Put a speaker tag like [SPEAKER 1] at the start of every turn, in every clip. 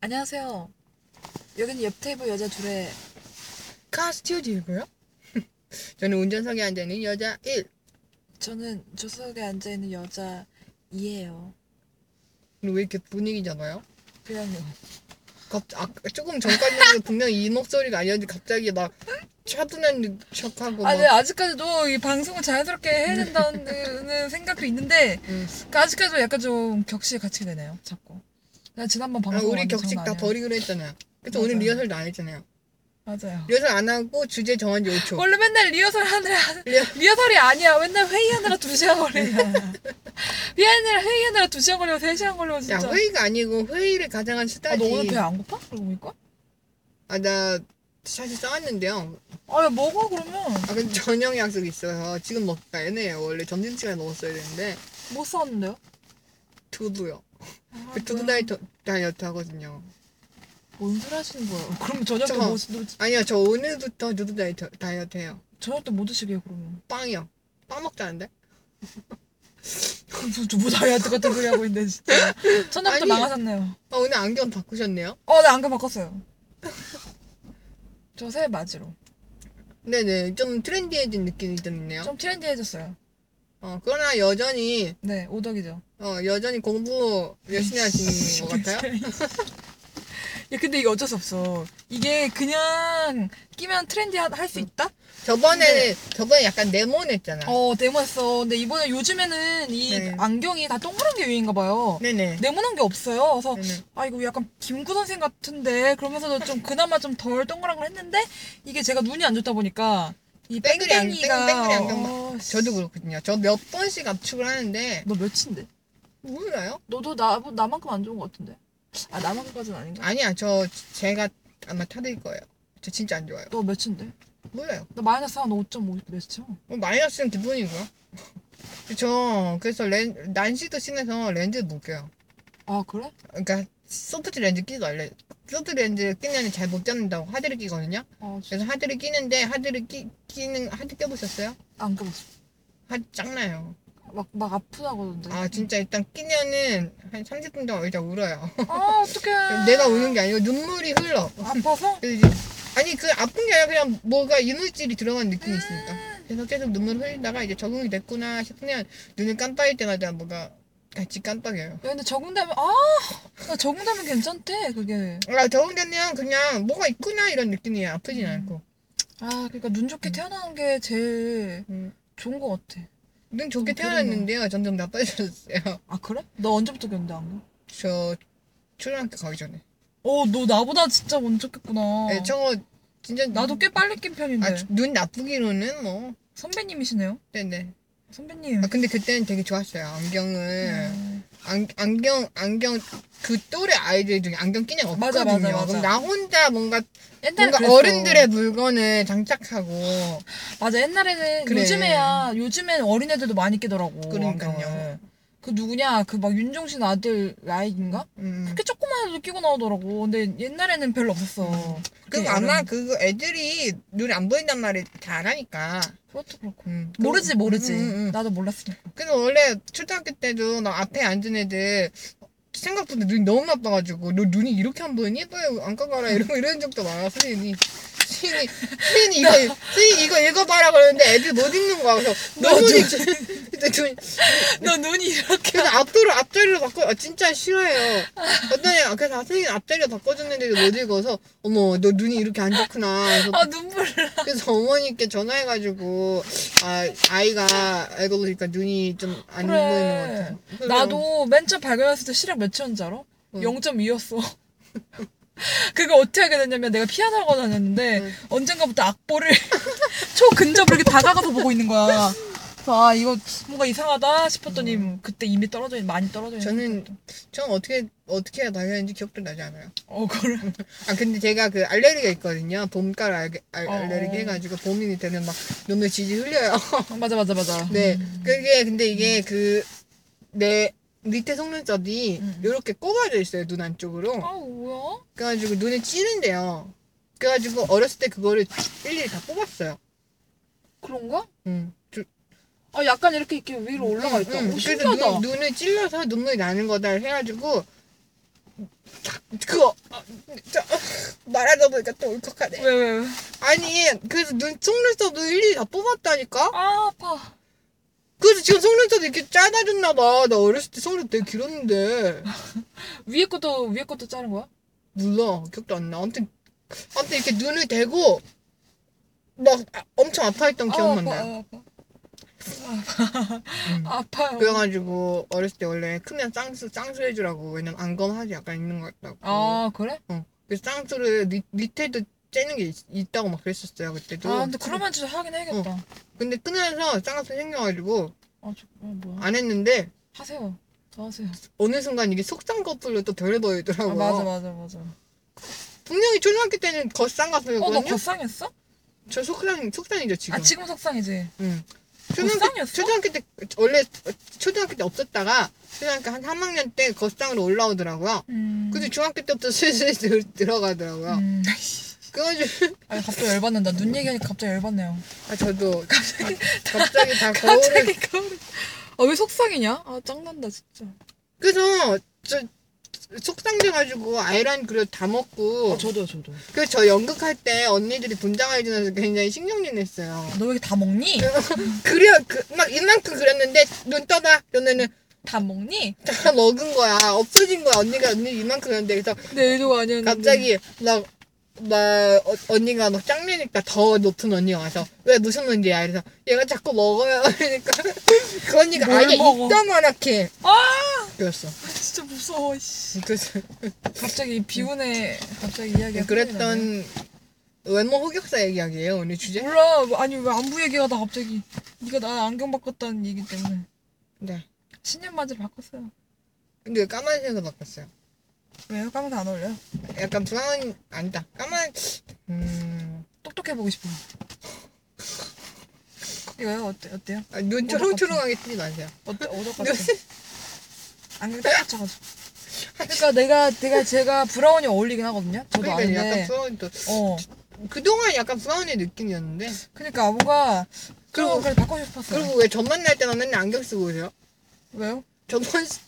[SPEAKER 1] 안녕하세요. 여기는 옆 테이블 여자 둘의
[SPEAKER 2] 카 스튜디오고요. 저는 운전석에 앉아 있는 여자 1.
[SPEAKER 1] 저는 조석에 앉아 있는 여자 이예요.
[SPEAKER 2] 오늘 왜 이렇게 분위기 잡아요?
[SPEAKER 1] 그냥요.
[SPEAKER 2] 갑 아, 조금 전까지는 분명 이 목소리가 아니었는데 갑자기 막 차분한 척하고 막
[SPEAKER 1] 아, 네 아직까지도 이 방송을 자연스럽게 해야 된다는 생각도 있는데
[SPEAKER 2] 음.
[SPEAKER 1] 그 아직까지도 약간 좀 격식에 갇히게 되네요. 자꾸. 나 지난번
[SPEAKER 2] 아,
[SPEAKER 1] 방송
[SPEAKER 2] 우리
[SPEAKER 1] 완전
[SPEAKER 2] 격식
[SPEAKER 1] 장난
[SPEAKER 2] 다
[SPEAKER 1] 아니야.
[SPEAKER 2] 버리기로 했잖아요. 그래서 오늘
[SPEAKER 1] 맞아요.
[SPEAKER 2] 리허설도 안 했잖아요.
[SPEAKER 1] 맞아요.
[SPEAKER 2] 리허설 안 하고 주제 정한 지 5초.
[SPEAKER 1] 원래 맨날 리허설 하느라
[SPEAKER 2] 리허-
[SPEAKER 1] 리허설이 아니야. 맨날 회의하느라 두 시간 걸리냐. 미안해 회의하느라 두 시간 걸리고 세 시간 걸리고
[SPEAKER 2] 야
[SPEAKER 1] 진짜.
[SPEAKER 2] 회의가 아니고 회의를 가장한
[SPEAKER 1] 아, 너 오늘
[SPEAKER 2] 수다지.
[SPEAKER 1] 배 안 고파? 그러고 보니까?
[SPEAKER 2] 아나 사실 싸왔는데요.
[SPEAKER 1] 아, 야, 먹어 그러면.
[SPEAKER 2] 아 근데 저녁 약속 있어서 지금 먹다 애네요. 원래 점심 시간에 먹었어야 되는데
[SPEAKER 1] 못 싸웠는데요?
[SPEAKER 2] 두부요.
[SPEAKER 1] 아,
[SPEAKER 2] 그 두부
[SPEAKER 1] 뭐야.
[SPEAKER 2] 다이어트, 다이어트 하거든요.
[SPEAKER 1] 뭔 소리 하시는 거예요? 그럼 저녁 때
[SPEAKER 2] 저-
[SPEAKER 1] 뭐,
[SPEAKER 2] 아니요, 저 오늘부터 누드 다이어트, 다이어트 해요.
[SPEAKER 1] 저녁 때뭐 드시게요, 그러면?
[SPEAKER 2] 빵이요. 빵 먹자는데?
[SPEAKER 1] 무슨 뭐 다이어트 같은 소리 하고 있네, 진짜. 첫날부터
[SPEAKER 2] 아니.
[SPEAKER 1] 망하셨네요.
[SPEAKER 2] 아, 오늘 안경 바꾸셨네요?
[SPEAKER 1] 어, 나 안경 바꿨어요. 저 새해 맞이로.
[SPEAKER 2] 네네, 좀 트렌디해진 느낌이 좀 있네요.
[SPEAKER 1] 좀 트렌디해졌어요.
[SPEAKER 2] 어, 그러나 여전히,
[SPEAKER 1] 네, 오덕이죠.
[SPEAKER 2] 어, 여전히 공부 열심히 하시는 것 같아요?
[SPEAKER 1] 야, 근데 이게 어쩔 수 없어. 이게 그냥 끼면 트렌디할 수 있다?
[SPEAKER 2] 음. 저번에는, 저번에 약간 네모냈잖아.
[SPEAKER 1] 어, 네모했어. 근데 이번에 요즘에는 이
[SPEAKER 2] 네.
[SPEAKER 1] 안경이 다 동그란 게 유행인가 봐요.
[SPEAKER 2] 네네.
[SPEAKER 1] 네모난 게 없어요. 그래서
[SPEAKER 2] 네네.
[SPEAKER 1] 아 이거 약간 김구 선생 같은데 그러면서도 좀 그나마 좀 덜 동그란 걸 했는데 이게 제가 눈이 안 좋다 보니까 이
[SPEAKER 2] 뺑글이 안-
[SPEAKER 1] 뺑뺑이가
[SPEAKER 2] 뺑- 뺑글이 안경
[SPEAKER 1] 어, 씨.
[SPEAKER 2] 저도 그렇거든요. 저 몇 번씩 압축을 하는데,
[SPEAKER 1] 너 몇인데?
[SPEAKER 2] 몰라요?
[SPEAKER 1] 너도 나 나만큼 안 좋은 것 같은데? 아 나만큼까지는 아닌가?
[SPEAKER 2] 아니야, 저, 제가 아마 타드릴 거예요. 저 진짜 안 좋아요.
[SPEAKER 1] 너 몇인데?
[SPEAKER 2] 몰라요.
[SPEAKER 1] 나 마이너스 한 5.5 몇이죠?
[SPEAKER 2] 뭐 마이너스는 기본이고요. 그쵸. 그래서 렌, 난시도 심해서 렌즈 못 껴요.
[SPEAKER 1] 아 그래?
[SPEAKER 2] 그러니까 소프트 렌즈 끼고 원래 소프트 렌즈 끼면 잘 못 잡는다고 하드를 끼거든요.
[SPEAKER 1] 아 진짜
[SPEAKER 2] 그래서 하드를 끼는데 하드를 끼, 끼는 하드 껴보셨어요?
[SPEAKER 1] 안 가봤어.
[SPEAKER 2] 하드 짱나요.
[SPEAKER 1] 막막 아프다고 그러던데.
[SPEAKER 2] 아 진짜 일단 끼면은 한 30분 동안 일단 울어요.
[SPEAKER 1] 아 어떡해.
[SPEAKER 2] 내가 우는 게 아니고 눈물이 흘러.
[SPEAKER 1] 아파서?
[SPEAKER 2] 그래서 이제- 아니 그 아픈 게 아니라 그냥 뭐가 이물질이 들어간 느낌이 있으니까. 그래서 계속 눈물 흘리다가 이제 적응이 됐구나 싶으면 눈을 깜빡일 때마다 뭐가 같이 깜빡여요.
[SPEAKER 1] 야 근데 적응되면 아 야, 적응되면 괜찮대 그게.
[SPEAKER 2] 아 적응되면 그냥 뭐가 있구나 이런 느낌이에요. 아프진
[SPEAKER 1] 음.
[SPEAKER 2] 않고.
[SPEAKER 1] 아 그러니까 눈 좋게 태어나는 게 제일
[SPEAKER 2] 음.
[SPEAKER 1] 좋은 것 같아.
[SPEAKER 2] 눈 좋게
[SPEAKER 1] 음, 그러네.
[SPEAKER 2] 태어났는데요. 점점 나빠졌어요.
[SPEAKER 1] 아 그래? 너 언제부터 견뎌 안경?
[SPEAKER 2] 저 초등학교 가기 전에.
[SPEAKER 1] 어, 너 나보다 진짜 먼저 꼈구나.
[SPEAKER 2] 네, 저거 진짜
[SPEAKER 1] 어. 나도 꽤 빨리 낀 편인데.
[SPEAKER 2] 아, 눈 나쁘기로는 뭐.
[SPEAKER 1] 선배님이시네요.
[SPEAKER 2] 네네.
[SPEAKER 1] 선배님.
[SPEAKER 2] 아 네. 근데 그때는 되게 좋았어요. 안경을
[SPEAKER 1] 음.
[SPEAKER 2] 안, 안경 안경 그 또래 아이들 중에 안경 끼냐
[SPEAKER 1] 맞아,
[SPEAKER 2] 없거든요.
[SPEAKER 1] 맞아, 맞아.
[SPEAKER 2] 그럼 나 혼자 뭔가
[SPEAKER 1] 옛날에
[SPEAKER 2] 뭔가
[SPEAKER 1] 그랬어.
[SPEAKER 2] 어른들의 물건을 장착하고
[SPEAKER 1] 맞아 옛날에는
[SPEAKER 2] 그래.
[SPEAKER 1] 요즘에야 요즘엔 어린애들도 많이 끼더라고.
[SPEAKER 2] 네. 그러니까요.
[SPEAKER 1] 안경을. 그 누구냐 그 막 윤종신 아들 라익인가?
[SPEAKER 2] 음.
[SPEAKER 1] 그렇게 조그만 애도 끼고 나오더라고. 근데 옛날에는 별로 없었어.
[SPEAKER 2] 그
[SPEAKER 1] 그렇게
[SPEAKER 2] 아마
[SPEAKER 1] 어른-
[SPEAKER 2] 그 애들이 눈이 안 보인단 말을 잘하니까.
[SPEAKER 1] 그것도 그렇고.
[SPEAKER 2] 음.
[SPEAKER 1] 모르지 모르지.
[SPEAKER 2] 음, 음, 음.
[SPEAKER 1] 나도 몰랐으니까.
[SPEAKER 2] 그래서 원래 초등학교 때도 나 앞에 앉은 애들 생각보다 눈이 너무 나빠가지고 너 눈이 이렇게 안 보이니? 빨리 안깎아라 이러고 이런 적도 많아 선생님이 선생님이 선생님이 이거 선생님 이거 읽어봐라 그러는데 애들 못 읽는 거야 그래서 너무
[SPEAKER 1] 눈-
[SPEAKER 2] 이제 이제 눈-
[SPEAKER 1] 너 눈이 이렇게.
[SPEAKER 2] 그래서 앞으로 앞자리로 바꿔 아, 진짜 싫어해요 어떤 애 그래서 선생님 앞자리로 바꿔줬는데도 못 읽어서 어머 너 눈이 이렇게 안 좋구나 그래서
[SPEAKER 1] 아 눈물.
[SPEAKER 2] 그래서 어머니께 전화해가지고 아 아이가 알고 보니까 눈이 좀 안
[SPEAKER 1] 그래.
[SPEAKER 2] 보이는 것 같아요. 그래서
[SPEAKER 1] 나도 맨 처음 발견했을 때 시력 몇이었는지 알아?
[SPEAKER 2] 응.
[SPEAKER 1] 0.2였어. 그거 어떻게 하게 됐냐면 내가 피아노 학원 다녔는데
[SPEAKER 2] 응.
[SPEAKER 1] 언젠가부터 악보를 초근접으로 이렇게 다가가서 보고 있는 거야. 그래서 아 이거 뭔가 이상하다 싶었더니 그때 이미 떨어져 있, 많이 떨어져 있는
[SPEAKER 2] 저는-
[SPEAKER 1] 상태였던.
[SPEAKER 2] 전 어떻게 어떻게 해야 다녔는지 기억도 나지 않아요.
[SPEAKER 1] 어 그래
[SPEAKER 2] 아 근데 제가 그 알레르기가 있거든요. 봄가을 알, 알,
[SPEAKER 1] 어.
[SPEAKER 2] 알레르기 해가지고 봄이 되면 막 눈물 지지 흘려요.
[SPEAKER 1] 어, 맞아 맞아 맞아.
[SPEAKER 2] 네,
[SPEAKER 1] 음.
[SPEAKER 2] 그게 근데 이게 그 내 밑에 속눈썹이
[SPEAKER 1] 음.
[SPEAKER 2] 이렇게 꼽아져 있어요 눈 안쪽으로.
[SPEAKER 1] 아 뭐야?
[SPEAKER 2] 그래가지고 눈에 찌는데요. 그래가지고 어렸을 때 그거를 일일이 다 뽑았어요.
[SPEAKER 1] 그런가?
[SPEAKER 2] 음. 주-
[SPEAKER 1] 아 약간 이렇게 이렇게 위로 올라가 있다.
[SPEAKER 2] 응,
[SPEAKER 1] 오,
[SPEAKER 2] 그래서
[SPEAKER 1] 신기하다.
[SPEAKER 2] 눈, 눈을 찔러서 눈물이 나는 거다 해가지고 그 말하다 보니까 또 울컥하네.
[SPEAKER 1] 왜, 왜, 왜?
[SPEAKER 2] 아니 그래서 눈 속눈썹도 일일이 다 뽑았다니까.
[SPEAKER 1] 아, 아파.
[SPEAKER 2] 그래서 지금 속눈썹 이렇게 짧아졌나 봐. 나 어렸을 때 속눈썹 되게 길었는데
[SPEAKER 1] 위에 것도, 위에 것도 자른 거야?
[SPEAKER 2] 몰라 기억도 안 나. 아무튼 아무튼 이렇게 눈을 대고 막 아- 엄청 아파했던 기억만
[SPEAKER 1] 아,
[SPEAKER 2] 나요.
[SPEAKER 1] 아파, 아, 아파. 아파요.
[SPEAKER 2] 그래가지고 어렸을 때 원래 크면 쌍수 쌍수 해주라고 왜냐면 안검하지 약간 있는 것 같다고.
[SPEAKER 1] 아, 그래?
[SPEAKER 2] 그 쌍수를 밑, 밑에도 째는 게 있, 다고막 그랬었어요 그때도.
[SPEAKER 1] 아, 근데 그러면 진짜 하긴 해야겠다.
[SPEAKER 2] 어. 근데 끊으면서 쌍수 생겨가지고
[SPEAKER 1] 아, 저, 어, 뭐야.
[SPEAKER 2] 안 했는데
[SPEAKER 1] 하세요. 더 하세요.
[SPEAKER 2] 어느 순간 이게 속쌍꺼풀로 또
[SPEAKER 1] 아,
[SPEAKER 2] 덜어버리더라고요.
[SPEAKER 1] 맞아, 맞아, 맞아. 어,
[SPEAKER 2] 분명히 초등학교 때는
[SPEAKER 1] 너
[SPEAKER 2] 겉쌍꺼풀이거든요.
[SPEAKER 1] 겉상했어?
[SPEAKER 2] 저 속상 속상이죠 지금.
[SPEAKER 1] 아, 지금 속상이지.
[SPEAKER 2] 응. 초등학교
[SPEAKER 1] 겉상이었어?
[SPEAKER 2] 초등학교 때 원래 초등학교 때 없었다가 초등학교 한 3학년 때 겉쌍으로 올라오더라고요.
[SPEAKER 1] 음.
[SPEAKER 2] 근데 중학교 때부터 슬슬 들, 들어가더라고요.
[SPEAKER 1] 음.
[SPEAKER 2] 그래가지고
[SPEAKER 1] 아, 갑자기 열받는다. 눈 얘기하니까 갑자기 열받네요.
[SPEAKER 2] 아, 저도 갑자기 갑자기 다 거울을
[SPEAKER 1] 갑자기 거울. 아, 왜 속상이냐? 아, 짱난다, 진짜.
[SPEAKER 2] 그래서 저 속상돼가지고 아이라인 그려 다 먹고
[SPEAKER 1] 어, 저도요, 저도.
[SPEAKER 2] 그래서 어, 저 연극할 때 언니들이 분장해 주면서 굉장히 신경질 냈어요.
[SPEAKER 1] 아, 너 왜 이렇게 다 먹니?
[SPEAKER 2] 그려 그, 막 이만큼 그렸는데 눈 떠봐 이러면은
[SPEAKER 1] 다 먹니?
[SPEAKER 2] 다 먹은 거야 없어진 거야 언니가 언니 이만큼 그렸는데 그래서
[SPEAKER 1] 내 의도가 아니었는데.
[SPEAKER 2] 갑자기 막, 막 어, 언니가 막 짱내니까 더 높은 언니가 와서 왜 무슨 문제야 그래서 얘가 자꾸 먹어요 그러니까 그 언니가
[SPEAKER 1] 뭘
[SPEAKER 2] 아예
[SPEAKER 1] 먹어?
[SPEAKER 2] 이따만하게 그랬어
[SPEAKER 1] 아, 진짜 무서워, 씨.
[SPEAKER 2] 그래서
[SPEAKER 1] 갑자기 비운에 갑자기 이야기가 생각이
[SPEAKER 2] 네, 음, 그랬던 외모 흑역사 얘기하기예요 오늘
[SPEAKER 1] 나네.
[SPEAKER 2] 주제
[SPEAKER 1] 몰라. 뭐, 아니, 왜 안부 얘기가 나 갑자기. 네가 나 안경 바꿨다는 얘기 때문에.
[SPEAKER 2] 네
[SPEAKER 1] 신년 맞이를 바꿨어요.
[SPEAKER 2] 근데 까만색으로 바꿨어요
[SPEAKER 1] 왜요? 까만 안 어울려요?
[SPEAKER 2] 약간 브라운 아니다 까만 음
[SPEAKER 1] 똑똑해 보고 싶어요. 이거요? 어때, 어때요?
[SPEAKER 2] 아, 눈 초롱초롱하게 뜨지 마세요
[SPEAKER 1] 어때, 어떨 것 같아요? 안경 딱 맞춰가지고. 그러니까 내가, 내가 제가 브라운이 어울리긴 하거든요? 저도
[SPEAKER 2] 그러니까 약간
[SPEAKER 1] 아는데.
[SPEAKER 2] 브라운 또
[SPEAKER 1] 어.
[SPEAKER 2] 그동안 약간 브라운의 느낌이었는데
[SPEAKER 1] 그러니까 뭔가
[SPEAKER 2] 그리고-
[SPEAKER 1] 좀 그래도 바꾸고 싶었어요.
[SPEAKER 2] 그리고 왜 전만 날 때만 맨날 안경 쓰고 오세요?
[SPEAKER 1] 왜요?
[SPEAKER 2] 저번 시-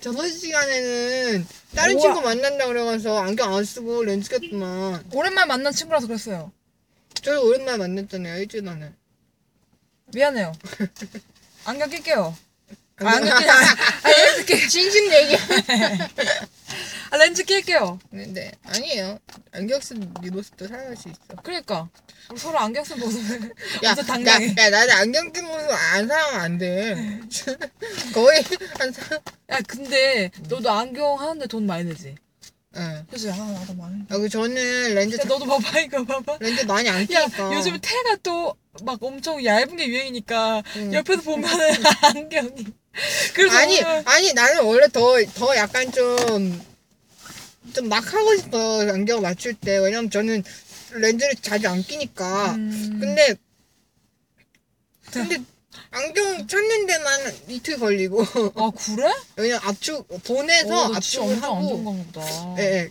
[SPEAKER 2] 저번 시간에는 다른
[SPEAKER 1] 뭐야?
[SPEAKER 2] 친구 만난다 그래가서 안경 안 쓰고 렌즈 꼈더만
[SPEAKER 1] 오랜만에 만난 친구라서 그랬어요.
[SPEAKER 2] 저를 오랜만에 만났잖아요 일주일 만에
[SPEAKER 1] 미안해요. 안경 낄게요. 아,
[SPEAKER 2] 안경-
[SPEAKER 1] 안경 낄 아, 렌즈 낄
[SPEAKER 2] 진심 얘기
[SPEAKER 1] 아, 렌즈 낄게요.
[SPEAKER 2] 근데 네, 아니에요 안경 쓴 네 모습도 사랑할 수 있어
[SPEAKER 1] 그러니까 우리 서로 안경 쓴 모습을
[SPEAKER 2] 야,
[SPEAKER 1] 완전 당당해.
[SPEAKER 2] 야, 야, 나도 안경 낀 모습 안 사랑 안돼 거의 안 사랑
[SPEAKER 1] 야 근데 너도 안경 하는데 돈 많이 내지.
[SPEAKER 2] 응.
[SPEAKER 1] 그치? 아 나도 많이.
[SPEAKER 2] 아, 어. 그 저는 렌즈
[SPEAKER 1] 야
[SPEAKER 2] 자-
[SPEAKER 1] 너도 봐봐 이거 봐봐.
[SPEAKER 2] 렌즈 많이 안
[SPEAKER 1] 야
[SPEAKER 2] 끼니까
[SPEAKER 1] 요즘 테가 또 막 엄청 얇은 게 유행이니까
[SPEAKER 2] 응.
[SPEAKER 1] 옆에서 보면은 안경이. 그래서
[SPEAKER 2] 음.
[SPEAKER 1] 어.
[SPEAKER 2] 아니
[SPEAKER 1] 오늘-
[SPEAKER 2] 아니 나는 원래 더 더 약간 좀 좀 막 하고 싶어 안경 맞출 때 왜냐면 저는 렌즈를 자주 안 끼니까
[SPEAKER 1] 음,
[SPEAKER 2] 아, 근데 근데 안경 찾는 데만 이틀 걸리고
[SPEAKER 1] 아 그래?
[SPEAKER 2] 왜냐면 압축 본에서
[SPEAKER 1] 어, 너 진짜
[SPEAKER 2] 압축을
[SPEAKER 1] 엄청 안 좋은
[SPEAKER 2] 하고
[SPEAKER 1] 건가 보다.
[SPEAKER 2] 예예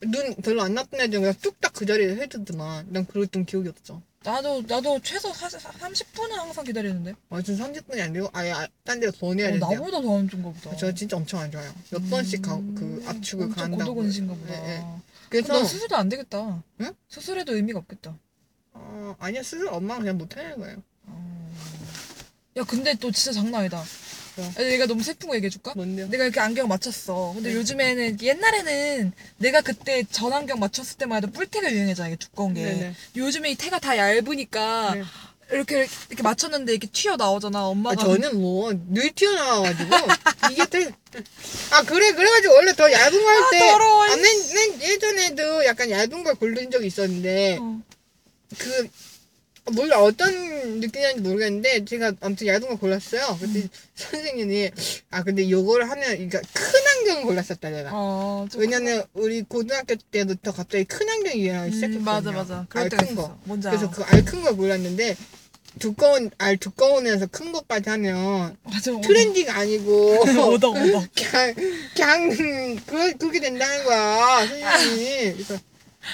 [SPEAKER 2] 그눈 별로 안 나쁜 애들 그냥 뚝딱 그 자리에 해두더만 난 그랬던 기억이 없어
[SPEAKER 1] 나도 나도 최소 30분은 항상 기다리는데
[SPEAKER 2] 완전 아, 30분이 안 되고 아예 아- 딴 데로 보내야
[SPEAKER 1] 어,
[SPEAKER 2] 돼요 아,
[SPEAKER 1] 나보다 더 안 좋은가 보다.
[SPEAKER 2] 저 진짜 엄청 안 좋아요 몇 번씩 가, 그 압축을
[SPEAKER 1] 음, 엄청
[SPEAKER 2] 간다고
[SPEAKER 1] 고도근신가 보다. 어,
[SPEAKER 2] 예, 예.
[SPEAKER 1] 그래서
[SPEAKER 2] 그래서
[SPEAKER 1] 수술도 안 되겠다.
[SPEAKER 2] 응?
[SPEAKER 1] 수술해도 의미가 없겠다.
[SPEAKER 2] 어, 아니야 수술 엄마가 그냥 못하는 거예요
[SPEAKER 1] 어. 야 근데 또 진짜 장난 아니다.
[SPEAKER 2] 그럼.
[SPEAKER 1] 야, 내가 너무 슬픈 거 얘기해 줄까?
[SPEAKER 2] 뭔데요?
[SPEAKER 1] 내가 이렇게 안경 맞췄어. 근데
[SPEAKER 2] 네.
[SPEAKER 1] 요즘에는 옛날에는 내가 그때 전 안경 맞췄을 때만 해도 뿔테가 유행했잖아. 이게 두꺼운 게.
[SPEAKER 2] 네네.
[SPEAKER 1] 요즘에 이 테가 다 얇으니까
[SPEAKER 2] 네.
[SPEAKER 1] 이렇게 이렇게 맞췄는데 이렇게 튀어 나오잖아.
[SPEAKER 2] 아,
[SPEAKER 1] 엄마가
[SPEAKER 2] 저는 뭐늘 튀어나와가지고 이게 되게 아 그래 그래가지고 원래 더 얇은 거
[SPEAKER 1] 아,
[SPEAKER 2] 할때
[SPEAKER 1] 더러워,
[SPEAKER 2] 맨, 맨 예전에도 약간 얇은 걸 고른 적이 있었는데
[SPEAKER 1] 어.
[SPEAKER 2] 그 몰라 어떤 느낌인지 모르겠는데 제가 아무튼 얇은 걸 골랐어요 근데
[SPEAKER 1] 음.
[SPEAKER 2] 선생님이 아 근데 요걸 하면 그러니까 큰 안경 골랐었다 내가
[SPEAKER 1] 어, 좀
[SPEAKER 2] 왜냐면 우리 고등학교 때부터 갑자기 큰 안경이 유행하기 시작했거든요
[SPEAKER 1] 음, 맞아 맞아. 그럴 때가
[SPEAKER 2] 알큰 거
[SPEAKER 1] 있어. 뭔지 알아.
[SPEAKER 2] 그래서 그 알 큰 걸 몰랐는데 두꺼운 알 두꺼운에서 큰 것까지 하면
[SPEAKER 1] 맞아. 오더.
[SPEAKER 2] 트렌디가 아니고
[SPEAKER 1] 어. 오더 오더.
[SPEAKER 2] 그냥 그냥 그 그렇게 된다는 거야 선생님이 그래서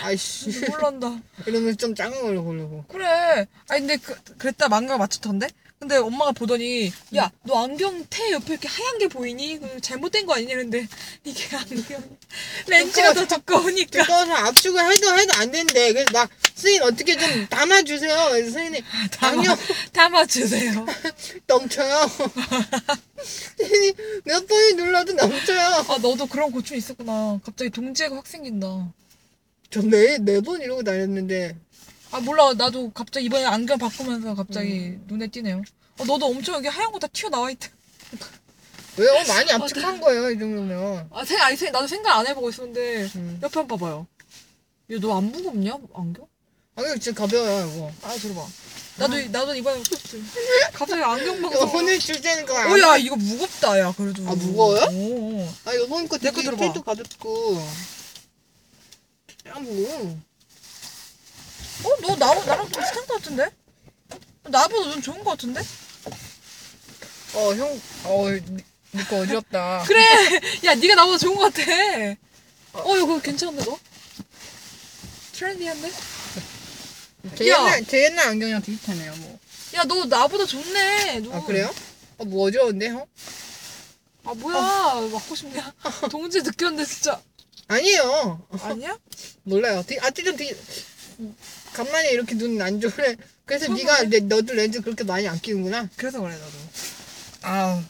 [SPEAKER 2] 아이씨
[SPEAKER 1] 눈물 난다.
[SPEAKER 2] 이러면 좀 작은 걸로 고르고
[SPEAKER 1] 그래. 아니 근데 그, 그랬다 망가 맞췄던데? 근데 엄마가 보더니 야 너 안경 테 옆에 이렇게 하얀 게 보이니? 그거 잘못된 거 아니냐 근데 이게 안경 렌즈가 더 두꺼우니까
[SPEAKER 2] 두꺼워서 압축을 해도 해도 안 된대. 그래서 나 스님 어떻게 좀 담아주세요. 그래서 스님이
[SPEAKER 1] 담아,
[SPEAKER 2] 네. 안경
[SPEAKER 1] 담아주세요.
[SPEAKER 2] 넘쳐요. 스님 몇 번이 눌러도 넘쳐요.
[SPEAKER 1] 아 너도 그런 고충 있었구나. 갑자기 동지애가 확 생긴다.
[SPEAKER 2] 전네네번 이러고 다녔는데
[SPEAKER 1] 아 몰라 나도 갑자기 이번에 안경 바꾸면서 갑자기
[SPEAKER 2] 음.
[SPEAKER 1] 눈에 띄네요. 어, 너도 엄청 여기 하얀 거 다 튀어나와 있다.
[SPEAKER 2] 왜요? 많이
[SPEAKER 1] 네.
[SPEAKER 2] 압축한 거예요 이 정도면.
[SPEAKER 1] 아 생각 아니 생 나도 생각 안 해보고 있었는데
[SPEAKER 2] 음.
[SPEAKER 1] 옆에 한 번 봐봐요. 얘 너 안 무겁냐 안경?
[SPEAKER 2] 안경 아, 진짜 가벼워요 이거.
[SPEAKER 1] 아 들어봐. 나도 이- 나도 이번에 갑자기 안경
[SPEAKER 2] 이거
[SPEAKER 1] 방송.
[SPEAKER 2] 오늘 주제는 그거 안
[SPEAKER 1] 오야 이거 무겁다 야 그래도. 어,
[SPEAKER 2] 아, 무거워요?
[SPEAKER 1] 오.
[SPEAKER 2] 아 요번 거
[SPEAKER 1] 내거
[SPEAKER 2] 되게
[SPEAKER 1] 들어봐.
[SPEAKER 2] 필도 가볍고 야뭐
[SPEAKER 1] 어너 나 나랑 좀 비슷한 거 같은데? 나보다 넌 좋은 거 같은데?
[SPEAKER 2] 어, 형, 어, 니거 어지럽다.
[SPEAKER 1] 그래 야 네가 나보다 좋은 거 같아. 어 이거 괜찮은데 너? 트렌디한데?
[SPEAKER 2] 제
[SPEAKER 1] 야.
[SPEAKER 2] 옛날, 제 옛날 안경이랑 비슷하네요, 뭐.
[SPEAKER 1] 야 너 나보다 좋네. 너.
[SPEAKER 2] 아, 그래요? 어, 뭐 어지러운데, 형?
[SPEAKER 1] 아 뭐야 맞고 싶냐? 동지 느꼈는데 진짜
[SPEAKER 2] 아니에요. 어,
[SPEAKER 1] 아니야?
[SPEAKER 2] 몰라요. 되게, 아, 좀 되게, 간만에 이렇게 눈 안 좋으래. 아, 그래서
[SPEAKER 1] 그런가?
[SPEAKER 2] 네가 내, 너도 렌즈 그렇게 많이 안 끼는구나.
[SPEAKER 1] 그래서 그래 나도.
[SPEAKER 2] 아,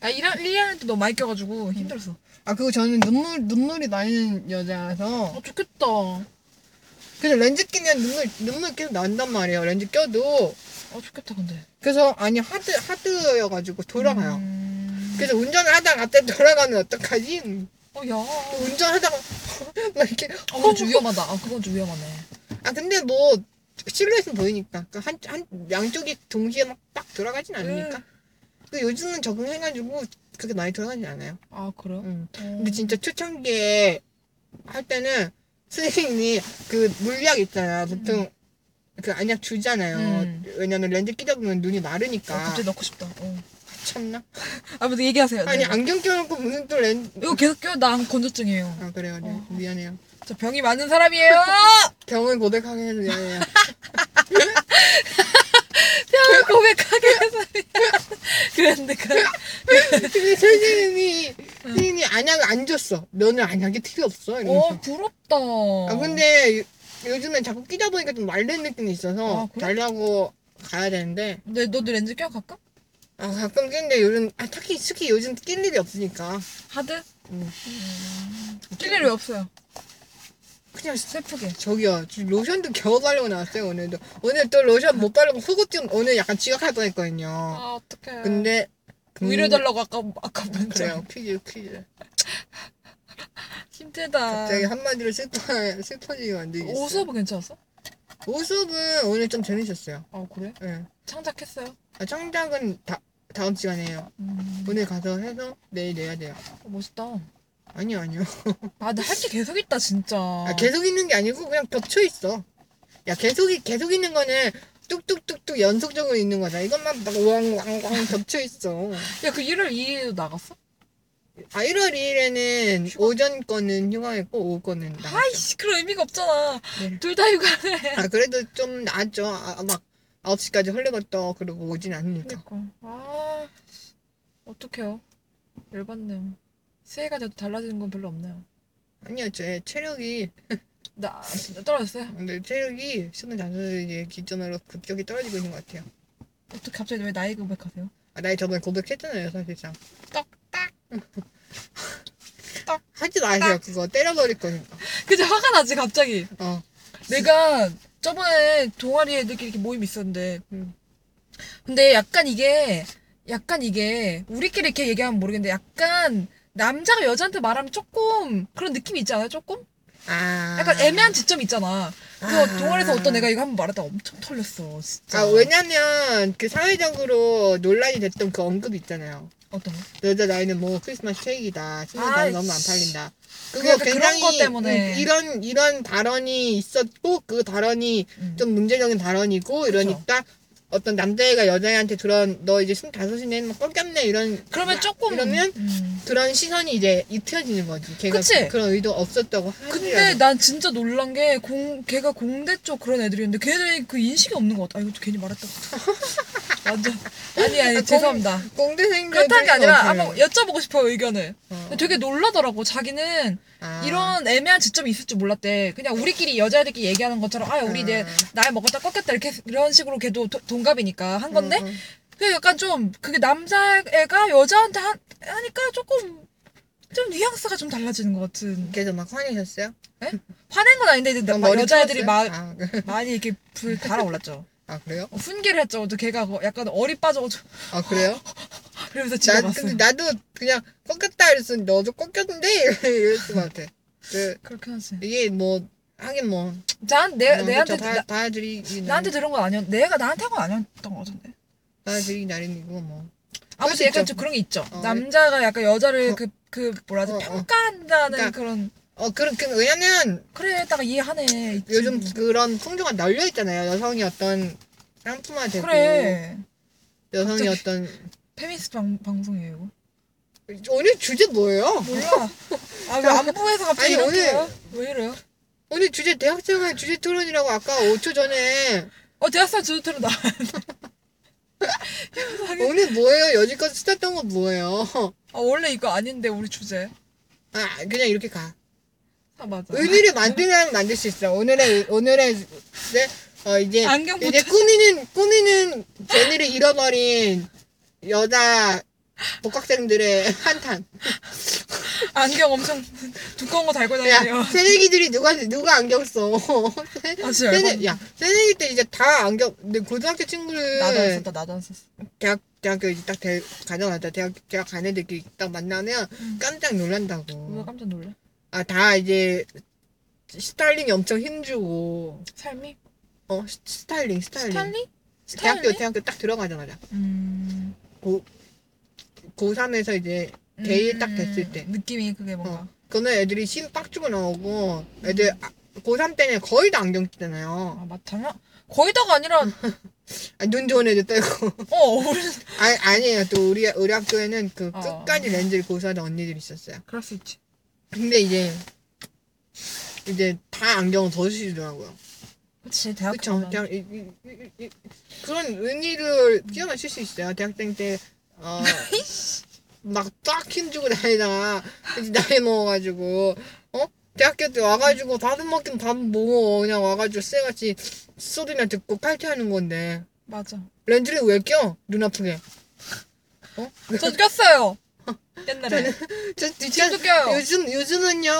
[SPEAKER 1] 아 일할 일하는 때 너무 많이 껴가지고 힘들었어.
[SPEAKER 2] 아, 그리고 저는 눈물, 눈물이 나는 여자라서.
[SPEAKER 1] 어 좋겠다. 어
[SPEAKER 2] 그래서 렌즈 끼면 눈물, 눈물 계속 난단 말이에요. 렌즈 껴도.
[SPEAKER 1] 좋겠다 근데.
[SPEAKER 2] 그래서, 아니, 하드, 하드여가지고 돌아가요.
[SPEAKER 1] 음.
[SPEAKER 2] 그래서 운전을 하다가 갑자기 돌아가면 어떡하지? 음.
[SPEAKER 1] 어야. 어
[SPEAKER 2] 운전하다가 막 이렇게
[SPEAKER 1] 그건 좀 위험하다. 아 그건 좀 위험하네.
[SPEAKER 2] 아 근데 뭐 실루엣은 보이니까 그러니까 한, 한 양쪽이 동시에 막 딱 돌아가진 않으니까
[SPEAKER 1] 음.
[SPEAKER 2] 그 요즘은 적응해가지고 그렇게 많이 돌아가진 않아요
[SPEAKER 1] 아 그래요?
[SPEAKER 2] 음. 근데 진짜 초창기에 할 때는 선생님이 그 물약 있잖아 보통 그 안약 주잖아요
[SPEAKER 1] 음.
[SPEAKER 2] 왜냐면 렌즈 끼다 보면 눈이
[SPEAKER 1] 아,
[SPEAKER 2] 마르니까
[SPEAKER 1] 갑자기 넣고 싶다. 어.
[SPEAKER 2] 참나
[SPEAKER 1] 아 근데 얘기하세요. 네.
[SPEAKER 2] 아니 안경 껴놓고 무슨 또 렌즈
[SPEAKER 1] 이거 계속 껴. 나 건조증이에요.
[SPEAKER 2] 아 그래요 그래요.
[SPEAKER 1] 어.
[SPEAKER 2] 미안해요
[SPEAKER 1] 저 병이 많은 사람이에요.
[SPEAKER 2] 병을 고백하게 해서 미안해요
[SPEAKER 1] 병을 고백하게 해서 그랬는데 그
[SPEAKER 2] 근데 선생님이 선생님이 안약을 안 줬어. 너는 안약이 필요 없어. 이러면서.
[SPEAKER 1] 어 부럽다.
[SPEAKER 2] 아 근데 요- 요즘엔 자꾸 끼다 보니까 좀 말린 느낌이 있어서
[SPEAKER 1] 아, 그래?
[SPEAKER 2] 달라고 가야 되는데
[SPEAKER 1] 근데 네, 너도 렌즈 껴 갈까?
[SPEAKER 2] 아 가끔 끼는데 요즘 아, 특히 특히 요즘 낄 일이 없으니까
[SPEAKER 1] 하드? 음.
[SPEAKER 2] 응.
[SPEAKER 1] 낄 일이 없어요.
[SPEAKER 2] 그냥
[SPEAKER 1] 슬프게.
[SPEAKER 2] 저기요 지금 로션도 겨우 바르고 나왔어요 오늘도 오늘 또 로션 못 바르고 속옷좀 오늘 약간 지각할 뻔했거든요.
[SPEAKER 1] 아 어떡해.
[SPEAKER 2] 근데 음.
[SPEAKER 1] 위로 달라고 아까 아까 먼저.
[SPEAKER 2] 그래요 퀴즈 퀴즈
[SPEAKER 1] 힘들다.
[SPEAKER 2] 갑자기 한마디로 슬퍼 슬퍼지게 만들겠어요.
[SPEAKER 1] 오수업은 괜찮았어?
[SPEAKER 2] 오수업은 오늘 좀 재밌었어요.
[SPEAKER 1] 아 그래?
[SPEAKER 2] 예.
[SPEAKER 1] 창작했어요.
[SPEAKER 2] 아, 창작은 다, 다음 시간에 해요.
[SPEAKER 1] 음,
[SPEAKER 2] 오늘 가서 해서 내일 내야 돼요.
[SPEAKER 1] 어, 멋있다.
[SPEAKER 2] 아니요, 아니요.
[SPEAKER 1] 아 나 할 게 계속 있다 진짜.
[SPEAKER 2] 아, 계속 있는 게 아니고 그냥 겹쳐 있어. 야, 계속, 이- 계속 있는 거는 뚝뚝뚝뚝 연속적으로 있는 거다. 이것만 막 왕왕왕 겹쳐 있어.
[SPEAKER 1] 야그 1월 2일도 나갔어?
[SPEAKER 2] 아, 1월 2일에는 오전 거는 휴가했고, 오후 거는 나.
[SPEAKER 1] 아이씨 그런 의미가 없잖아.
[SPEAKER 2] 네.
[SPEAKER 1] 둘 다 휴가네.
[SPEAKER 2] 아, 그래도 좀 낫죠. 아, 막 9시까지 헐레벌떡 그러고 오진 않으니까.
[SPEAKER 1] 그러니까. 아 어떡해요. 열받네요. 새해가 돼도 달라지는 건 별로 없네요.
[SPEAKER 2] 아니요, 제 체력이,
[SPEAKER 1] 나 아, 떨어졌어요.
[SPEAKER 2] 근데 체력이 25세 기점으로 급격히 떨어지고 있는 것 같아요.
[SPEAKER 1] 어떻게 갑자기 왜 나이 고백하세요?
[SPEAKER 2] 아, 나 저번에 고백했잖아요, 사실상.
[SPEAKER 1] 떡딱.
[SPEAKER 2] 하지 마세요, 그거. 때려버릴 거니까.
[SPEAKER 1] 그제 화가 나지 갑자기.
[SPEAKER 2] 어.
[SPEAKER 1] 내가 저번에 동아리 애들끼리 이렇게 모임 있었는데
[SPEAKER 2] 음.
[SPEAKER 1] 근데 약간 이게 약간 이게 우리끼리 이렇게 얘기하면 모르겠는데 약간 남자가 여자한테 말하면 조금 그런 느낌이 있지 않아요? 조금?
[SPEAKER 2] 아.
[SPEAKER 1] 약간 애매한 지점이 있잖아. 그래서
[SPEAKER 2] 아.
[SPEAKER 1] 동아리에서 어떤 애가 이거 한번 말하다가 엄청 털렸어. 진짜.
[SPEAKER 2] 아, 왜냐면, 그 사회적으로 논란이 됐던 그 언급 있잖아요.
[SPEAKER 1] 어떤 거?
[SPEAKER 2] 여자 나이는 뭐 크리스마스 케이크이다. 신는
[SPEAKER 1] 아이,
[SPEAKER 2] 나이 너무 안 팔린다.
[SPEAKER 1] 그러니까
[SPEAKER 2] 그거
[SPEAKER 1] 그런
[SPEAKER 2] 굉장히.
[SPEAKER 1] 것 때문에.
[SPEAKER 2] 음, 이런, 이런 발언이 있었고, 그 발언이
[SPEAKER 1] 음.
[SPEAKER 2] 좀 문제적인 발언이고, 이러니까. 어떤 남자애가 여자애한테 그런 너 이제 스물다섯이네 막 꺾였네 이런
[SPEAKER 1] 그러면 조금
[SPEAKER 2] 이러면
[SPEAKER 1] 음.
[SPEAKER 2] 그런 시선이 이제 잊혀지는 거지 걔가
[SPEAKER 1] 그치?
[SPEAKER 2] 그런 의도 없었다고 하더라도
[SPEAKER 1] 근데 난 진짜 놀란 게 공, 걔가 공대 쪽 그런 애들이었는데 걔들이 그 인식이 없는 것 같아. 아 이거 또 괜히 말했다. 완전 아니 아니 죄송합니다.
[SPEAKER 2] 꽁대생들
[SPEAKER 1] 그렇다는 게 아니라
[SPEAKER 2] 네.
[SPEAKER 1] 한번 여쭤보고 싶어요 의견을.
[SPEAKER 2] 어.
[SPEAKER 1] 되게 놀라더라고 자기는
[SPEAKER 2] 아.
[SPEAKER 1] 이런 애매한 지점이 있을 줄 몰랐대. 그냥 우리끼리 여자애들끼리 얘기하는 것처럼 아 우리 이제
[SPEAKER 2] 음.
[SPEAKER 1] 나이 먹었다 꺾였다 이렇게 이런 식으로 걔도 도- 동갑이니까 한 건데
[SPEAKER 2] 음, 음.
[SPEAKER 1] 그게 약간 좀 그게 남자애가 여자한테 하, 하니까 조금 좀 뉘앙스가 좀 달라지는 것 같은.
[SPEAKER 2] 걔도 막 화내셨어요?
[SPEAKER 1] 화낸 건 아닌데 이제 나- 그러니까
[SPEAKER 2] 그럼
[SPEAKER 1] 막
[SPEAKER 2] 머리
[SPEAKER 1] 여자애들이 마,
[SPEAKER 2] 풀었어요? 아, 그-
[SPEAKER 1] 많이 이렇게 불 달아올랐죠.
[SPEAKER 2] 아 그래요?
[SPEAKER 1] 어, 훈계를 했죠. 또 걔가 뭐 약간 어리 빠져가지고
[SPEAKER 2] 아 그래요?
[SPEAKER 1] 그러면서 집에
[SPEAKER 2] 나
[SPEAKER 1] 갔어요.
[SPEAKER 2] 근데 나도 그냥 꺾였다 이랬어 너도 꺾였는데 이랬을 것 같아. 그
[SPEAKER 1] 그렇게 하세요.
[SPEAKER 2] 이게 뭐 하긴 뭐
[SPEAKER 1] 난 내,
[SPEAKER 2] 그냥
[SPEAKER 1] 내한테
[SPEAKER 2] 그쵸, 다,
[SPEAKER 1] 나,
[SPEAKER 2] 다 들이
[SPEAKER 1] 나한테 들은 건 아니었. 내가 나한테 한 건 아니었던 것 같은데.
[SPEAKER 2] 다 들이 날이고 뭐
[SPEAKER 1] 아무튼
[SPEAKER 2] 그럴 수
[SPEAKER 1] 약간
[SPEAKER 2] 있죠.
[SPEAKER 1] 좀 그런 게 있죠.
[SPEAKER 2] 어,
[SPEAKER 1] 남자가 약간 여자를
[SPEAKER 2] 어.
[SPEAKER 1] 그, 그 뭐라 하지
[SPEAKER 2] 어, 어.
[SPEAKER 1] 평가한다는
[SPEAKER 2] 그러니까
[SPEAKER 1] 그런
[SPEAKER 2] 어, 그런, 그, 왜냐면,
[SPEAKER 1] 그래 다가 이해하네. 있지.
[SPEAKER 2] 요즘 그런 풍조가 널려있잖아요. 여성이 어떤 상품화되고,
[SPEAKER 1] 그래
[SPEAKER 2] 여성이
[SPEAKER 1] 갑자기.
[SPEAKER 2] 어떤,
[SPEAKER 1] 페미니스트 방, 방송이에요 이거.
[SPEAKER 2] 오늘 주제 뭐예요?
[SPEAKER 1] 몰라. 아왜 안부에서 갑자기
[SPEAKER 2] 아니,
[SPEAKER 1] 이렇게
[SPEAKER 2] 오늘-
[SPEAKER 1] 해요? 왜 이래요?
[SPEAKER 2] 오늘 주제 대학생활 주제 토론이라고 아까 5초 전에,
[SPEAKER 1] 어 대학생 주도태로 나. 이상해.
[SPEAKER 2] 오늘 뭐예요? 여지껏 쓰던 거 뭐예요?
[SPEAKER 1] 아 원래 이거 아닌데 우리 주제.
[SPEAKER 2] 아, 그냥 이렇게 가.
[SPEAKER 1] 아 맞아.
[SPEAKER 2] 오늘을 만들면 만들 수 있어. 오늘의, 오늘의, 네? 어, 이제,
[SPEAKER 1] 안경
[SPEAKER 2] 이제 꾸미는, 꾸미는 재미를 잃어버린 여자 복학생들의 한탄.
[SPEAKER 1] 안경 엄청 두꺼운 거 달고 다니네요.
[SPEAKER 2] 야, 새내기들이 누가 누가 안경 써?
[SPEAKER 1] 아 진짜
[SPEAKER 2] 새내
[SPEAKER 1] 열받.
[SPEAKER 2] 야, 새내기 때 이제 다 안경. 근데 고등학교 친구를
[SPEAKER 1] 나도 안 썼다. 나도 안 썼어.
[SPEAKER 2] 대학 대학교 이제 딱 대, 가자마자 대학 대학 간 애들끼리 딱 만나면
[SPEAKER 1] 음.
[SPEAKER 2] 깜짝
[SPEAKER 1] 왜
[SPEAKER 2] 놀란다고.
[SPEAKER 1] 깜짝 놀래?
[SPEAKER 2] 아 다 이제 스타일링이 엄청 힘주고.
[SPEAKER 1] 삶이?
[SPEAKER 2] 어 스- 스타일링 스타일링.
[SPEAKER 1] 스탠리?
[SPEAKER 2] 대학교
[SPEAKER 1] 스탠리?
[SPEAKER 2] 대학교 딱 들어가자마자
[SPEAKER 1] 음.
[SPEAKER 2] 고 고3에서 이제 데이 딱 됐을 때. 어.
[SPEAKER 1] 느낌이 그게 뭔가.
[SPEAKER 2] 그는 애들이 신 빡주고 나오고 애들 아, 고3 때는 거의 다 안경 쓰잖아요.
[SPEAKER 1] 아 맞다나? 거의 다가
[SPEAKER 2] 어.
[SPEAKER 1] 아니라
[SPEAKER 2] 아, 눈 좋은 애들 빼고.
[SPEAKER 1] 어 우리
[SPEAKER 2] 아니, 아니에요. 또 우리, 우리 학교에는 그
[SPEAKER 1] 어.
[SPEAKER 2] 끝까지 렌즈를 고수하던 언니들이 있었어요.
[SPEAKER 1] 그럴 수 있지.
[SPEAKER 2] 근데 이제, 이제 다 안경을 더 쓰시더라고요.
[SPEAKER 1] 그렇지 대학.
[SPEAKER 2] 그쵸. 그냥, 이, 이, 이, 이, 그런 의미를 뛰어나실 수 있어요. 대학생 때, 어, 막쫙 힘주고 다니다가, 이제 나이 먹어가지고, 어? 대학교 때 와가지고 밥은 먹긴 밥은 뭐 먹어. 그냥 와가지고 쎄같이 소리나 듣고 칼퇴하는 건데.
[SPEAKER 1] 맞아.
[SPEAKER 2] 렌즈를 왜 껴? 눈 아프게.
[SPEAKER 1] 저 꼈어요. 옛날에.
[SPEAKER 2] 저 뒷전,
[SPEAKER 1] 지금도 껴요.
[SPEAKER 2] 요즘 요즘은요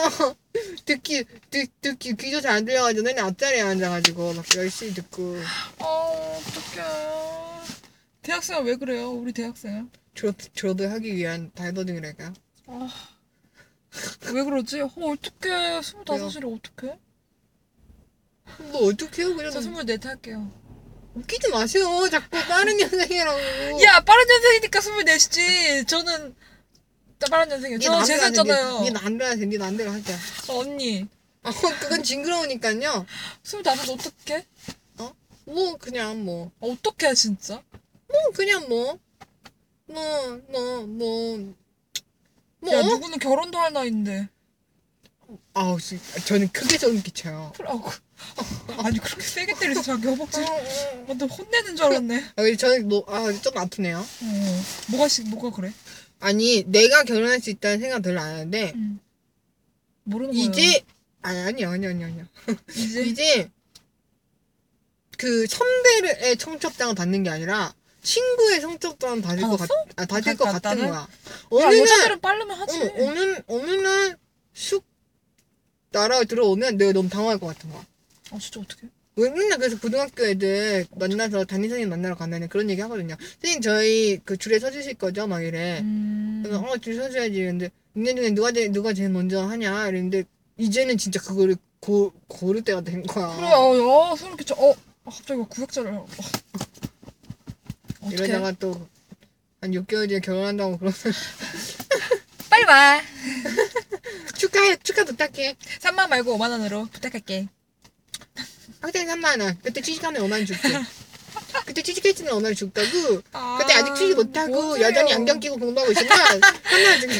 [SPEAKER 2] 듣기 듣, 듣기 귀도 잘 안 들려가지고 맨날 앞자리에 앉아가지고 막 열심히 듣고
[SPEAKER 1] 어 어떡해. 대학생은 왜 그래요? 우리 대학생은.
[SPEAKER 2] 졸업 졸업을 하기 위한 발버둥이랄까
[SPEAKER 1] 아. 왜 그러지? 어 어떡해. 스물다섯이라 어떡해?
[SPEAKER 2] 뭐 어떡해요 그냥
[SPEAKER 1] 저 스물넷 할게요.
[SPEAKER 2] 웃기지 마세요 자꾸 빠른 연생이라고
[SPEAKER 1] 야 빠른 년생이니까 24시지 저는 나 빠른 년생이에요 저는 재수했잖아요
[SPEAKER 2] 니네 남들 하세요 니 남들 하세요
[SPEAKER 1] 어, 언니
[SPEAKER 2] 아 그건 징그러우니까요
[SPEAKER 1] 25 어떡해?
[SPEAKER 2] 뭐 그냥 뭐
[SPEAKER 1] 어, 어떡해 진짜
[SPEAKER 2] 뭐, 그냥 뭐뭐뭐뭐뭐 뭐?
[SPEAKER 1] 야 누구는 결혼도 할 나이인데
[SPEAKER 2] 아우 씨, 저는 크게 소름 끼쳐요
[SPEAKER 1] 그래, 아우, 그- 아니 그렇게 세게 때리서 자기 허벅지
[SPEAKER 2] 어, 어.
[SPEAKER 1] 완전 혼내는 줄 알았네
[SPEAKER 2] 아, 저는 뭐아좀 아프네요
[SPEAKER 1] 어, 뭐가 시, 뭐가 그래?
[SPEAKER 2] 아니 내가 결혼할 수 있다는 생각 별로 안 하는데
[SPEAKER 1] 응. 모르는 거야
[SPEAKER 2] 이제 아니 아니 아니 아니 아니
[SPEAKER 1] 이제
[SPEAKER 2] 이제 그 선배의 청첩장을 받는 게 아니라 친구의 청첩장을 받을 것 같,
[SPEAKER 1] 받았어?
[SPEAKER 2] 아, 받을
[SPEAKER 1] 받-
[SPEAKER 2] 것 같은
[SPEAKER 1] 받다는?
[SPEAKER 2] 거야.
[SPEAKER 1] 야
[SPEAKER 2] 어느 날
[SPEAKER 1] 여자들은 빠르면 하지
[SPEAKER 2] 어, 어느 어느 날쑥 나라에 들어오면 내가 너무 당황할 것 같은 거야.
[SPEAKER 1] 아 진짜 어떡해
[SPEAKER 2] 왜 맨날 그래서 고등학교 애들 만나서 담임선생님 만나러 가면 그런 얘기 하거든요. 선생님 저희 그 줄에 서주실 거죠? 막 이래.
[SPEAKER 1] 음...
[SPEAKER 2] 그래서 어 줄서줘야지 근데 인연 중에 누가 제, 누가 제일 먼저 하냐 이랬는데 이제는 진짜 그거를 고, 고를 때가 된 거야
[SPEAKER 1] 그래 어, 야 소름 끼쳐 어 아, 갑자기 구역질을 어. 어떡해
[SPEAKER 2] 이러다가 또 한 6개월 뒤에 결혼한다고 그러면
[SPEAKER 1] 빨리 와.
[SPEAKER 2] 축하해 축하 부탁해
[SPEAKER 1] 3만 말고 5만 원으로 부탁할게.
[SPEAKER 2] 학생 3만원 그때 취직하면 5만원 줄게 그때 취직했으면 5만원 줄거고
[SPEAKER 1] 아,
[SPEAKER 2] 그때 아직 취직 못하고
[SPEAKER 1] 뭔
[SPEAKER 2] 여전히
[SPEAKER 1] 소리야.
[SPEAKER 2] 안경 끼고 공부하고 있으면 3만원 줄게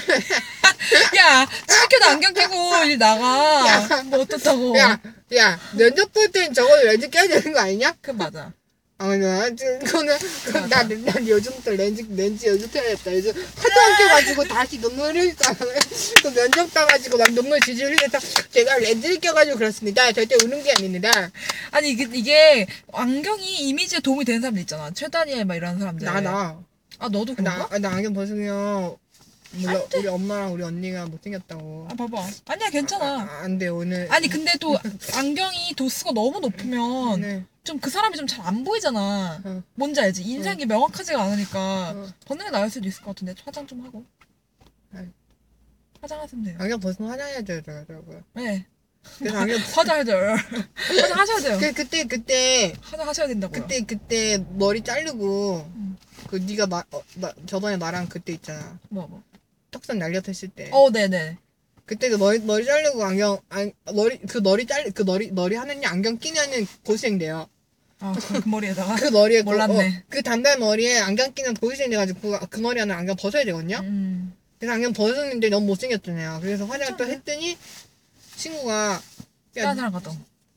[SPEAKER 1] 야, 취직해도 안경 끼고 이제 나가.
[SPEAKER 2] 야.
[SPEAKER 1] 뭐 어떻다고.
[SPEAKER 2] 야야 면접 볼 땐 저걸 렌즈 껴야 되는 거 아니냐?
[SPEAKER 1] 그 맞아.
[SPEAKER 2] 아나 그거는 그건
[SPEAKER 1] 아.
[SPEAKER 2] 나, 나 요즘 또 렌즈 렌즈 연습해야겠다 요즘 하도 안 껴가지고 다시 눈물 흘리잖아 그 면접 따가지고 막 눈물 질질 흘려서 제가 렌즈를 껴가지고 그렇습니다 절대 우는 게 아닙니다
[SPEAKER 1] 아니 그, 이게 이게 안경이 이미지에 도움이 되는 사람들 있잖아. 최다니엘 막 이런 사람들.
[SPEAKER 2] 나나
[SPEAKER 1] 아 너도 그런가?
[SPEAKER 2] 나, 나 안경 벗으면 몰라 우리 엄마랑 우리 언니가 못생겼다고
[SPEAKER 1] 아 봐봐. 아니야 괜찮아.
[SPEAKER 2] 아, 안돼 오늘
[SPEAKER 1] 아니 근데 또 안경이 도수가 너무 높으면
[SPEAKER 2] 네.
[SPEAKER 1] 좀 그 사람이 좀 잘 안 보이잖아.
[SPEAKER 2] 어.
[SPEAKER 1] 뭔지 알지? 인상이 명확하지가 않으니까
[SPEAKER 2] 어.
[SPEAKER 1] 벗는 게 나을 수도 있을 것 같은데 화장 좀 하고.
[SPEAKER 2] 아이.
[SPEAKER 1] 화장하시면 돼요.
[SPEAKER 2] 안경 벗으면 화장해줘야 되더라고요
[SPEAKER 1] 네.
[SPEAKER 2] 그래서 안경
[SPEAKER 1] 화장해야 돼요. 화장하셔야 돼요.
[SPEAKER 2] 그, 그때 그때
[SPEAKER 1] 화장하셔야 된다고요.
[SPEAKER 2] 그때 그때 머리 자르고
[SPEAKER 1] 음.
[SPEAKER 2] 그 네가 마, 어, 마, 저번에 말한 그때 있잖아
[SPEAKER 1] 뭐 뭐.
[SPEAKER 2] 떡상 날렸을 때
[SPEAKER 1] 어 네네.
[SPEAKER 2] 그때 그 머리 머리 자르고 안경 안, 머리 그 머리 잘그 머리 머리 하느냐 안경 끼냐는 고생돼요
[SPEAKER 1] 아그 머리에다가.
[SPEAKER 2] 그 머리에 그-
[SPEAKER 1] 몰랐네.
[SPEAKER 2] 어, 그 단발 머리에 안경 끼는 고생 돼가지고 그, 그 머리 하나 안경 벗어야 되거든요
[SPEAKER 1] 음.
[SPEAKER 2] 그래서 안경 벗었는데 너무 못생겼잖아요 그래서
[SPEAKER 1] 네.
[SPEAKER 2] 화장 또 했더니 친구가 야
[SPEAKER 1] 다른 사람 같다.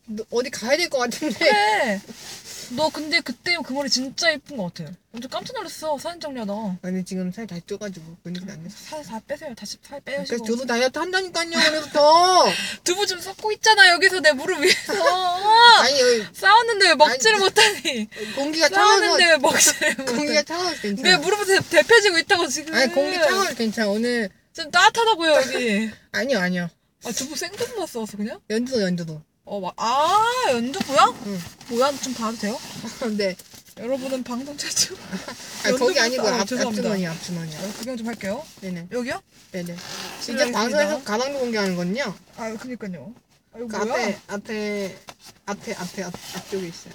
[SPEAKER 2] 너 어디 가야 될 것 같은데
[SPEAKER 1] 그래. 너 근데 그때 그 머리 진짜 예쁜 것 같아. 완전 깜짝 놀랐어. 사진 정리하다가.
[SPEAKER 2] 아니 지금 살 다시 쪄가지고 근육이 안 됐어
[SPEAKER 1] 살 다 빼세요. 다시 살
[SPEAKER 2] 그래서
[SPEAKER 1] 빼시고.
[SPEAKER 2] 저도 다이어트 한다니까요 오늘부터
[SPEAKER 1] 두부 좀 섞고 있잖아 여기서 내 무릎 위에서.
[SPEAKER 2] 아니 여기
[SPEAKER 1] 싸웠는데 왜 먹지를
[SPEAKER 2] 아니,
[SPEAKER 1] 못하니?
[SPEAKER 2] 공기가 차가워서
[SPEAKER 1] 싸웠는데 왜 먹지를 못하니?
[SPEAKER 2] 공기가 차가워서
[SPEAKER 1] 내
[SPEAKER 2] 괜찮아
[SPEAKER 1] 무릎이 대- 대펴지고 있다고 지금.
[SPEAKER 2] 아니 공기 차가워서 괜찮아 오늘
[SPEAKER 1] 좀 따뜻하다고요 여기.
[SPEAKER 2] 아니요 아니요
[SPEAKER 1] 아 두부 생두부만 써서 그냥?
[SPEAKER 2] 연주도 연주도
[SPEAKER 1] 어, 막, 아, 연두부야?
[SPEAKER 2] 응.
[SPEAKER 1] 뭐야, 좀 봐도 돼요?
[SPEAKER 2] 근데
[SPEAKER 1] 여러분은 방송 최초.
[SPEAKER 2] 아니, 거기
[SPEAKER 1] 연두부터-
[SPEAKER 2] 아니고
[SPEAKER 1] 아,
[SPEAKER 2] 앞,
[SPEAKER 1] 죄송합니다.
[SPEAKER 2] 앞주머니 앞주머니
[SPEAKER 1] 어, 구경 좀 할게요.
[SPEAKER 2] 네네
[SPEAKER 1] 여기요?
[SPEAKER 2] 네네 이제
[SPEAKER 1] 실례하겠습니다.
[SPEAKER 2] 방송에서 가방도 공개하는 건요
[SPEAKER 1] 아, 그니까요. 아, 이거
[SPEAKER 2] 그
[SPEAKER 1] 뭐야?
[SPEAKER 2] 앞에 앞에 앞에 앞에 앞, 앞쪽에 있어요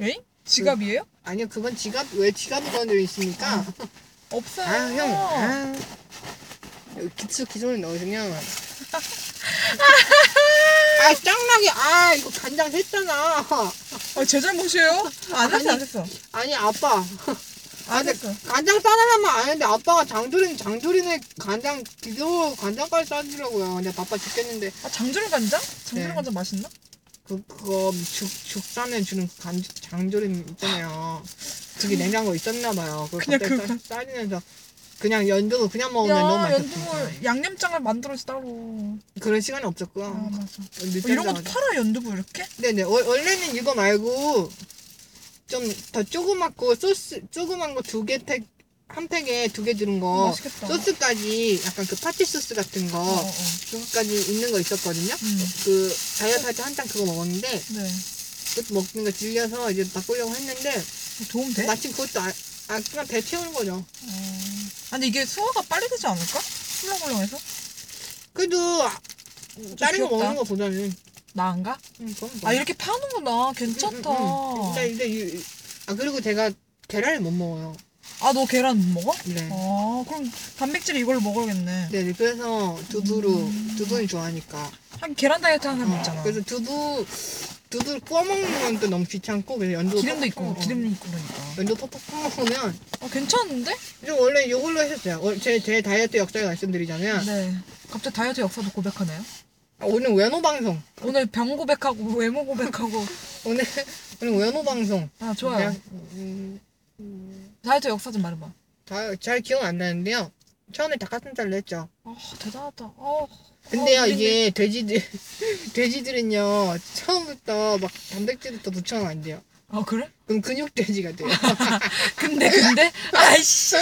[SPEAKER 1] 에잉? 지갑이에요?
[SPEAKER 2] 아니요 그건 지갑 왜 지갑이 건져 있습니까
[SPEAKER 1] 없어요.
[SPEAKER 2] 아 형 아, 여기 기초 기존에 넣으시면 아 짱나게 아 이거 간장 했잖아
[SPEAKER 1] 아, 제 잘못이에요? 안 했어, 안
[SPEAKER 2] 아니.
[SPEAKER 1] 했어.
[SPEAKER 2] 아니 아빠
[SPEAKER 1] 안 했어.
[SPEAKER 2] 간장 싸달라면 안 했는데 아빠가 장조림 장조림에 간장 비교 간장까지 싸주려고요 근데 바빠 죽겠는데
[SPEAKER 1] 아, 장조림 간장? 장조림
[SPEAKER 2] 네.
[SPEAKER 1] 간장 맛있나?
[SPEAKER 2] 그 그거 죽죽 싸면 주는 간 장조림 있잖아요 그게 냉장고 있었나 봐요
[SPEAKER 1] 그냥
[SPEAKER 2] 그냥
[SPEAKER 1] 그거.
[SPEAKER 2] 그 싸지면서 그냥 연두 그냥 먹으면 어, 너무
[SPEAKER 1] 야,
[SPEAKER 2] 맛있었어요
[SPEAKER 1] 연두부 양념장을 만들어지 따로.
[SPEAKER 2] 그런 시간이 없었고요
[SPEAKER 1] 아, 맞아. 어,
[SPEAKER 2] 늦잠
[SPEAKER 1] 이런 것도
[SPEAKER 2] 자가지고.
[SPEAKER 1] 팔아, 연두부 이렇게?
[SPEAKER 2] 네네 원- 원래는 이거 말고 좀 더 조그맣고 소스 조그만 거 두 개 팩 한 팩에 두 개 주는 거
[SPEAKER 1] 맛있겠다.
[SPEAKER 2] 어, 소스까지 약간 그 파티 소스 같은 거
[SPEAKER 1] 어, 어.
[SPEAKER 2] 그거까지 있는 거 있었거든요.
[SPEAKER 1] 음.
[SPEAKER 2] 그 다이어트 할 때 한창 그거 먹었는데
[SPEAKER 1] 네.
[SPEAKER 2] 그것도 먹는 거 질려서 이제 바꾸려고 했는데
[SPEAKER 1] 뭐 도움 돼?
[SPEAKER 2] 마침 그것도 아, 아 그냥 배 채우는 거죠.
[SPEAKER 1] 어. 근데 이게 소화가 빨리 되지 않을까? 훌렁훌렁해서?
[SPEAKER 2] 그래도 아, 다른 거
[SPEAKER 1] 귀엽다.
[SPEAKER 2] 먹는 거보다는
[SPEAKER 1] 나은가?
[SPEAKER 2] 음, 그건 뭐.
[SPEAKER 1] 아 이렇게 어. 파는구나 괜찮다
[SPEAKER 2] 음, 음. 근데 이제 이- 아 그리고 제가 계란을 못 먹어요.
[SPEAKER 1] 아 너 계란 못 먹어?
[SPEAKER 2] 네.
[SPEAKER 1] 아 그럼 단백질 이걸로 먹어야겠네
[SPEAKER 2] 네, 네, 그래서 두부로
[SPEAKER 1] 음.
[SPEAKER 2] 두부를 좋아하니까.
[SPEAKER 1] 한 계란 다이어트 하는 사람 있잖아
[SPEAKER 2] 그래서 두부 두부를 구워 먹는 건 또 너무 귀찮고 그래서 연두
[SPEAKER 1] 아, 기름도 있고
[SPEAKER 2] 퍽퍽-
[SPEAKER 1] 기름도 있고 그러니까
[SPEAKER 2] 연두 퍽퍽 먹으면
[SPEAKER 1] 아 괜찮은데?
[SPEAKER 2] 좀 원래 이걸로 했었어요. 제 제 다이어트 역사를 말씀드리자면
[SPEAKER 1] 네 갑자기 다이어트 역사도 고백하네요
[SPEAKER 2] 아, 오늘 외모 방송
[SPEAKER 1] 오늘 병 고백하고 외모 고백하고
[SPEAKER 2] 오늘 오늘 외모 방송
[SPEAKER 1] 아 좋아요
[SPEAKER 2] 그냥, 음, 음,
[SPEAKER 1] 다이어트 역사 좀 말해봐
[SPEAKER 2] 다- 잘 기억 안 나는데요. 처음에 닭가슴살로 했죠.
[SPEAKER 1] 아 대단하다 아,
[SPEAKER 2] 근데요
[SPEAKER 1] 어,
[SPEAKER 2] 이게 돼지들 돼지들은요 처음부터 막 단백질부터 붙여놓으면 안 돼요.
[SPEAKER 1] 아 그래?
[SPEAKER 2] 그럼 근육 돼지가 돼요.
[SPEAKER 1] 근데 근데 아이씨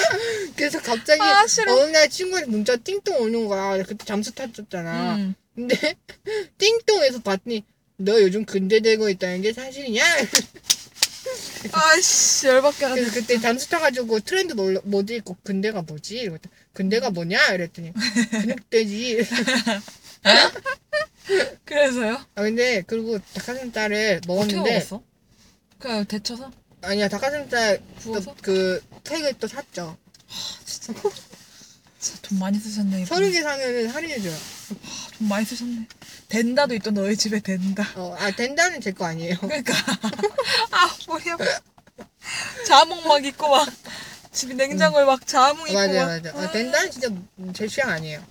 [SPEAKER 2] 그래서 갑자기
[SPEAKER 1] 아, 싫어.
[SPEAKER 2] 어느 날 친구한테 문자 띵동 오는 거야. 그때 잠수 탔었잖아.
[SPEAKER 1] 음.
[SPEAKER 2] 근데 띵동에서 봤더니 너 요즘 근대되고 있다는 게 사실이냐?
[SPEAKER 1] 아이씨 열받게 하네
[SPEAKER 2] 그래서 그때 잠수 타가지고 트렌드 몰라, 뭐지? 꼭 근대가 뭐지? 이랬더니 근대가 뭐냐? 이랬더니 근육돼지.
[SPEAKER 1] 그래서요?
[SPEAKER 2] 아 근데 그리고 닭가슴살을
[SPEAKER 1] 어떻게
[SPEAKER 2] 먹었는데
[SPEAKER 1] 먹었어? 그냥 데쳐서?
[SPEAKER 2] 아니야 닭가슴살
[SPEAKER 1] 구워서?
[SPEAKER 2] 또, 그 팩을 또 샀죠.
[SPEAKER 1] 진짜, 진짜 돈 많이 쓰셨네. 이분.
[SPEAKER 2] 서류 개 사면은 할인해줘요.
[SPEAKER 1] 아, 돈 많이 쓰셨네. 된다도 있던 너희 집에 된다.
[SPEAKER 2] 어, 아 된다는 제 거 아니에요.
[SPEAKER 1] 그러니까 아 머리야. 자몽 막 있고 막 집에 냉장고에 막 자몽 있고
[SPEAKER 2] 맞아요,
[SPEAKER 1] 막.
[SPEAKER 2] 맞아요. 아, 된다는 진짜 제 취향 아니에요.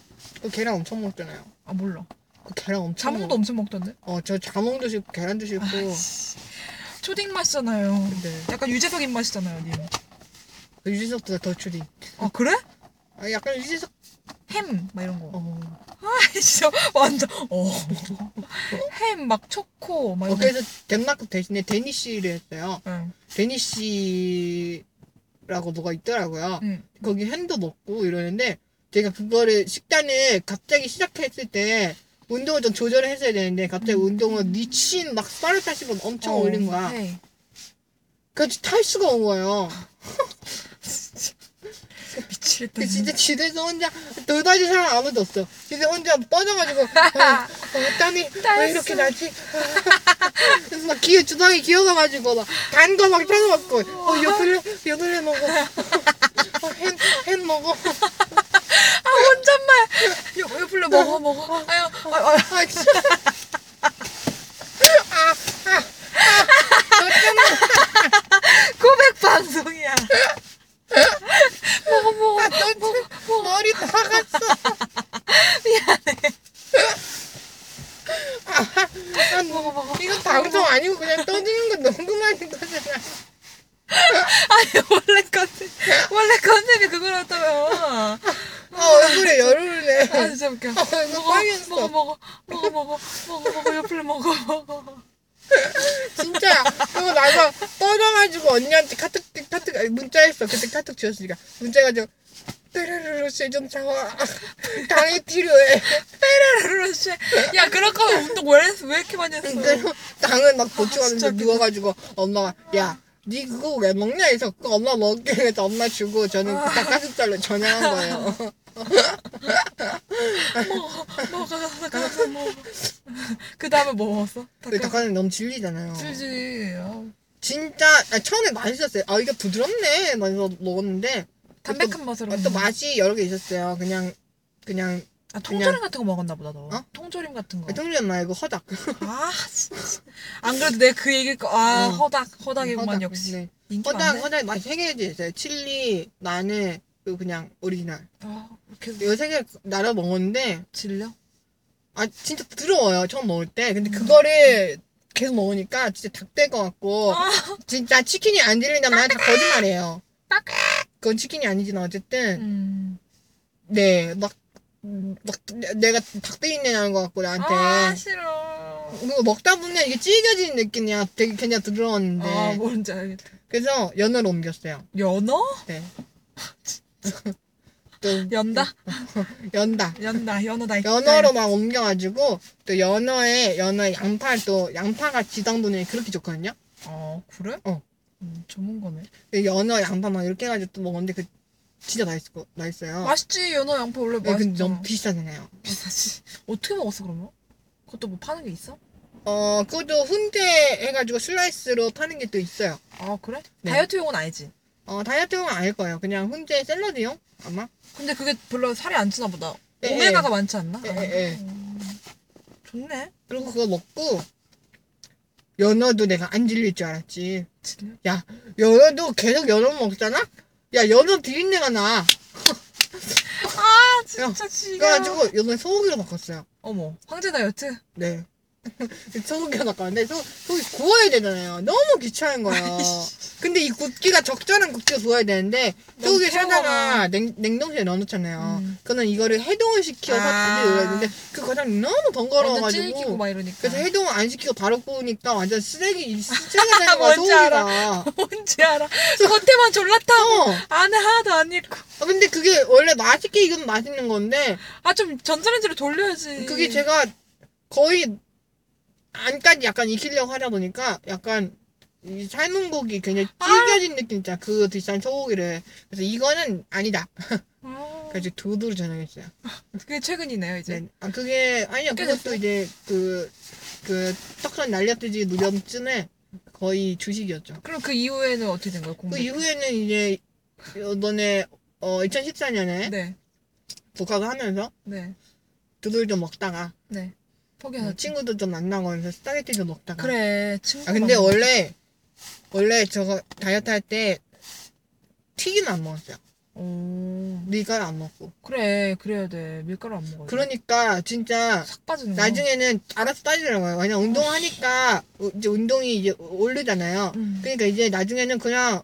[SPEAKER 2] 그 계란 엄청 먹잖아요.
[SPEAKER 1] 아 몰라.
[SPEAKER 2] 그 계란 엄청
[SPEAKER 1] 자몽도 엄청 먹던데.
[SPEAKER 2] 먹- 어, 저 자몽도 싫고 계란도 싫고
[SPEAKER 1] 아이씨. 초딩 맛이잖아요.
[SPEAKER 2] 네.
[SPEAKER 1] 약간 유재석 입맛이잖아요, 님.
[SPEAKER 2] 그 유재석보다 더 추리.
[SPEAKER 1] 아 그래?
[SPEAKER 2] 아, 약간 유재석.
[SPEAKER 1] 햄, 막 이런 거.
[SPEAKER 2] 어.
[SPEAKER 1] 아, 진짜 완전 어. 햄, 막 초코, 막
[SPEAKER 2] 어,
[SPEAKER 1] 이런 거.
[SPEAKER 2] 그래서 덴마크 대신에 데니쉬를 했어요.
[SPEAKER 1] 응.
[SPEAKER 2] 데니쉬라고 뭐가 있더라고요.
[SPEAKER 1] 응.
[SPEAKER 2] 거기 햄도 먹고 이러는데 제가 그거를 식단을 갑자기 시작했을 때 운동을 좀 조절을 했어야 되는데 갑자기 운동을 미친 막 30, 40번 엄청
[SPEAKER 1] 음. 어,
[SPEAKER 2] 올린 거야.
[SPEAKER 1] 네.
[SPEAKER 2] 그래서 탈수가 온 거예요.
[SPEAKER 1] 미치겠다.
[SPEAKER 2] 그 진짜 집에서 혼자 돌봐줄 사람 아무도 없어. 집에 혼자 떠져가지고 아, 어, 땀이 왜
[SPEAKER 1] 탈수.
[SPEAKER 2] 이렇게 나지? 그래서 막 기어 주방에 기어가가지고 막 단 거 막 찾아먹고 어, 여덟 여덟 먹어. 어, 햄, 햄 먹어.
[SPEAKER 1] 아, 혼잣말. 요, 요 불러 먹어, 먹어. 아유, 아유, 아유.
[SPEAKER 2] 아, 진짜. 아, 아, 아, 너 때문에
[SPEAKER 1] 고백 방송이야. 아, 먹어, 먹어.
[SPEAKER 2] 너
[SPEAKER 1] 뭐.
[SPEAKER 2] 지금 머리 다 갔어. 미안해. 아, 아,
[SPEAKER 1] 먹어,
[SPEAKER 2] 뭐,
[SPEAKER 1] 먹어.
[SPEAKER 2] 이건 방송 아니고 그냥 떠드는 거 녹음하는 거잖아.
[SPEAKER 1] 아니, 원래 컨셉, 원래 컨셉이 그거였다며.
[SPEAKER 2] 아, 얼굴에 열오르네.
[SPEAKER 1] 아, 진짜 웃겨.
[SPEAKER 2] 아, 이거
[SPEAKER 1] 먹어,
[SPEAKER 2] 빵이었어.
[SPEAKER 1] 먹어, 먹어. 먹어, 먹어. 먹어, 먹어. 옆을 먹어, 먹어.
[SPEAKER 2] 진짜. 그거 나서 떠나가지고 언니한테 카톡, 카톡, 아니, 문자했어. 그때 카톡 지웠으니까. 문자해가지고, 떼르르르 쇠좀 사와. 당이 필요해.
[SPEAKER 1] 페라르르 씨. 야, 그럴 거면 운동 왜, 했- 왜 이렇게 많이 했어?
[SPEAKER 2] 그래서 그러니까 당을 막 보충하는데
[SPEAKER 1] 음. 아, 진짜
[SPEAKER 2] 누워가지고 엄마가 야, 니 그거 왜 먹냐 해서 그거 엄마 먹게 해서 엄마 주고 저는
[SPEAKER 1] 아.
[SPEAKER 2] 닭가슴살로 전향한 거예요.
[SPEAKER 1] 먹어, 먹어. 닭가슴살 먹어. 그 다음에 뭐 먹었어?
[SPEAKER 2] 근데
[SPEAKER 1] 닭가슴살. 어,
[SPEAKER 2] 닭가슴살 너무 질리잖아요.
[SPEAKER 1] 술지. 아우.
[SPEAKER 2] 진짜 아, 처음에 맛있었어요. 아 이게 부드럽네. 면서 먹었는데
[SPEAKER 1] 담백한 맛으로.
[SPEAKER 2] 아, 또 맛이 여러 개 있었어요. 그냥 그냥
[SPEAKER 1] 아, 통조림 같은 거 먹었나 보다, 너.
[SPEAKER 2] 어?
[SPEAKER 1] 아, 통조림 같은 거.
[SPEAKER 2] 통전 말고 허닥.
[SPEAKER 1] 아, 진짜. 안 그래도 내가 그 얘기일 거. 아,
[SPEAKER 2] 어.
[SPEAKER 1] 허닥, 허닥이구만,
[SPEAKER 2] 허닥.
[SPEAKER 1] 역시.
[SPEAKER 2] 네.
[SPEAKER 1] 인기
[SPEAKER 2] 허닥
[SPEAKER 1] 많네.
[SPEAKER 2] 허닥 맛세 개지 있어요. 칠리, 마늘 그리고 그냥 오리지널.
[SPEAKER 1] 아, 이렇게
[SPEAKER 2] 이세 개 나눠 먹었는데
[SPEAKER 1] 질려?
[SPEAKER 2] 아 진짜 부드러워요 처음 먹을 때 근데 그거를 계속 먹으니까 진짜 닭될 것 같고
[SPEAKER 1] 아.
[SPEAKER 2] 진짜 치킨이 안 질린다 말은 다 거짓말이에요 그건 치킨이 아니지만 어쨌든
[SPEAKER 1] 음.
[SPEAKER 2] 네막막 내가 닭대인내 나는 것 같고 나한테
[SPEAKER 1] 아, 싫어.
[SPEAKER 2] 이거 먹다 보면 이게 질겨지는 느낌이야 되게 그냥 부드러웠는데
[SPEAKER 1] 아, 뭔지 알겠다.
[SPEAKER 2] 그래서 연어로 옮겼어요
[SPEAKER 1] 연어?
[SPEAKER 2] 네또
[SPEAKER 1] 연다?
[SPEAKER 2] 연다
[SPEAKER 1] 연다, 연어다.
[SPEAKER 2] 연어로 막 옮겨가지고 또 연어에 연어 양파 또 양파가 지당분이 그렇게 좋거든요.
[SPEAKER 1] 어, 그래?
[SPEAKER 2] 어.
[SPEAKER 1] 음, 좋은 거네.
[SPEAKER 2] 그 연어 양파 막 이렇게 해가지고 또 먹었는데 그 진짜 맛있고 맛있어요.
[SPEAKER 1] 맛있지, 연어 양파 원래
[SPEAKER 2] 네, 근데
[SPEAKER 1] 맛있어.
[SPEAKER 2] 너무 비싸잖아요.
[SPEAKER 1] 비싸지. 어떻게 먹었어, 그러면? 그것도 뭐 파는 게 있어?
[SPEAKER 2] 어 그것도 훈제 해가지고 슬라이스로 파는 게 또 있어요.
[SPEAKER 1] 아, 그래?
[SPEAKER 2] 네.
[SPEAKER 1] 다이어트용은 아니지.
[SPEAKER 2] 어 다이어트용은 아닐 거예요. 그냥 훈제 샐러드용 아마.
[SPEAKER 1] 근데 그게 별로 살이 안 찌나 보다.
[SPEAKER 2] 예,
[SPEAKER 1] 오메가가 많지 않나?
[SPEAKER 2] 예,
[SPEAKER 1] 아,
[SPEAKER 2] 예, 예.
[SPEAKER 1] 음. 좋네.
[SPEAKER 2] 그리고 그거 먹고 연어도 내가 안 질릴 줄 알았지.
[SPEAKER 1] 진짜.
[SPEAKER 2] 연어도 계속 연어 먹잖아. 야 연어 비린내가 나.
[SPEAKER 1] 아, 진짜 지겨.
[SPEAKER 2] 어. 그래가지고 이번에 소고기로 바꿨어요.
[SPEAKER 1] 어머, 황제 다이어트?
[SPEAKER 2] 네. 소고기가 바꿨는데 소, 고기 구워야 되잖아요. 너무 귀찮은 거예요. 근데 이 굽기가 적절한 굽기가 구워야 되는데
[SPEAKER 1] 너무
[SPEAKER 2] 소고기
[SPEAKER 1] 태워가.
[SPEAKER 2] 사다가 냉, 냉동실에 넣어놓잖아요.
[SPEAKER 1] 음.
[SPEAKER 2] 그거는 이거를 해동을 시켜서
[SPEAKER 1] 아.
[SPEAKER 2] 다시 넣어야되는데 그 과정이 너무
[SPEAKER 1] 완전 찔기고
[SPEAKER 2] 번거로워가지고
[SPEAKER 1] 막 아. 이러니까.
[SPEAKER 2] 그래서 해동을 안 시키고 바로 구우니까 완전 쓰레기 쓰레기가 되는 거야
[SPEAKER 1] 뭔지 알아.
[SPEAKER 2] 소고기가.
[SPEAKER 1] 뭔지 알아. 겉에만 졸라타고
[SPEAKER 2] 어.
[SPEAKER 1] 안에 하나도 안 입고.
[SPEAKER 2] 아, 근데 그게 원래 맛있게 익으면 맛있는 건데
[SPEAKER 1] 아, 좀 전자레인지로 돌려야지.
[SPEAKER 2] 그게 제가 거의 안까지 약간 익히려고 하다 보니까 약간 이 삶은 고기 굉장히 질겨진 느낌 있잖아. 그 비싼 소고기를. 그래서 이거는 아니다.
[SPEAKER 1] 아,
[SPEAKER 2] 그래서 두부로 전향했어요.
[SPEAKER 1] 그게 최근이네요, 이제.
[SPEAKER 2] 네. 아, 그게, 아니요.
[SPEAKER 1] 꽤
[SPEAKER 2] 그것도
[SPEAKER 1] 됐어요?
[SPEAKER 2] 이제 그, 그, 떡선 날려뜨지 무렵쯤에 거의 주식이었죠.
[SPEAKER 1] 그럼 그 이후에는 어떻게 된 거예요, 공부?
[SPEAKER 2] 그 이후에는 이제, 이번에, 어, 2014년에
[SPEAKER 1] 네,
[SPEAKER 2] 복학을 하면서
[SPEAKER 1] 네,
[SPEAKER 2] 두부를 좀 먹다가,
[SPEAKER 1] 네. 포기하자.
[SPEAKER 2] 친구도 좀 만나고 하면서 스파게티도 먹다가.
[SPEAKER 1] 그래, 친구.
[SPEAKER 2] 아 근데
[SPEAKER 1] 만나.
[SPEAKER 2] 원래 원래 저거 다이어트 할 때 튀김 안 먹었어요.
[SPEAKER 1] 오.
[SPEAKER 2] 밀가루 안 먹고.
[SPEAKER 1] 그래 그래야 돼 밀가루 안 먹어.
[SPEAKER 2] 그러니까 진짜
[SPEAKER 1] 싹 빠지는 거.
[SPEAKER 2] 나중에는 알아서 따지더라고요. 왜냐 운동하니까 이제 운동이 이제 오르잖아요.
[SPEAKER 1] 음.
[SPEAKER 2] 그러니까 이제 나중에는 그냥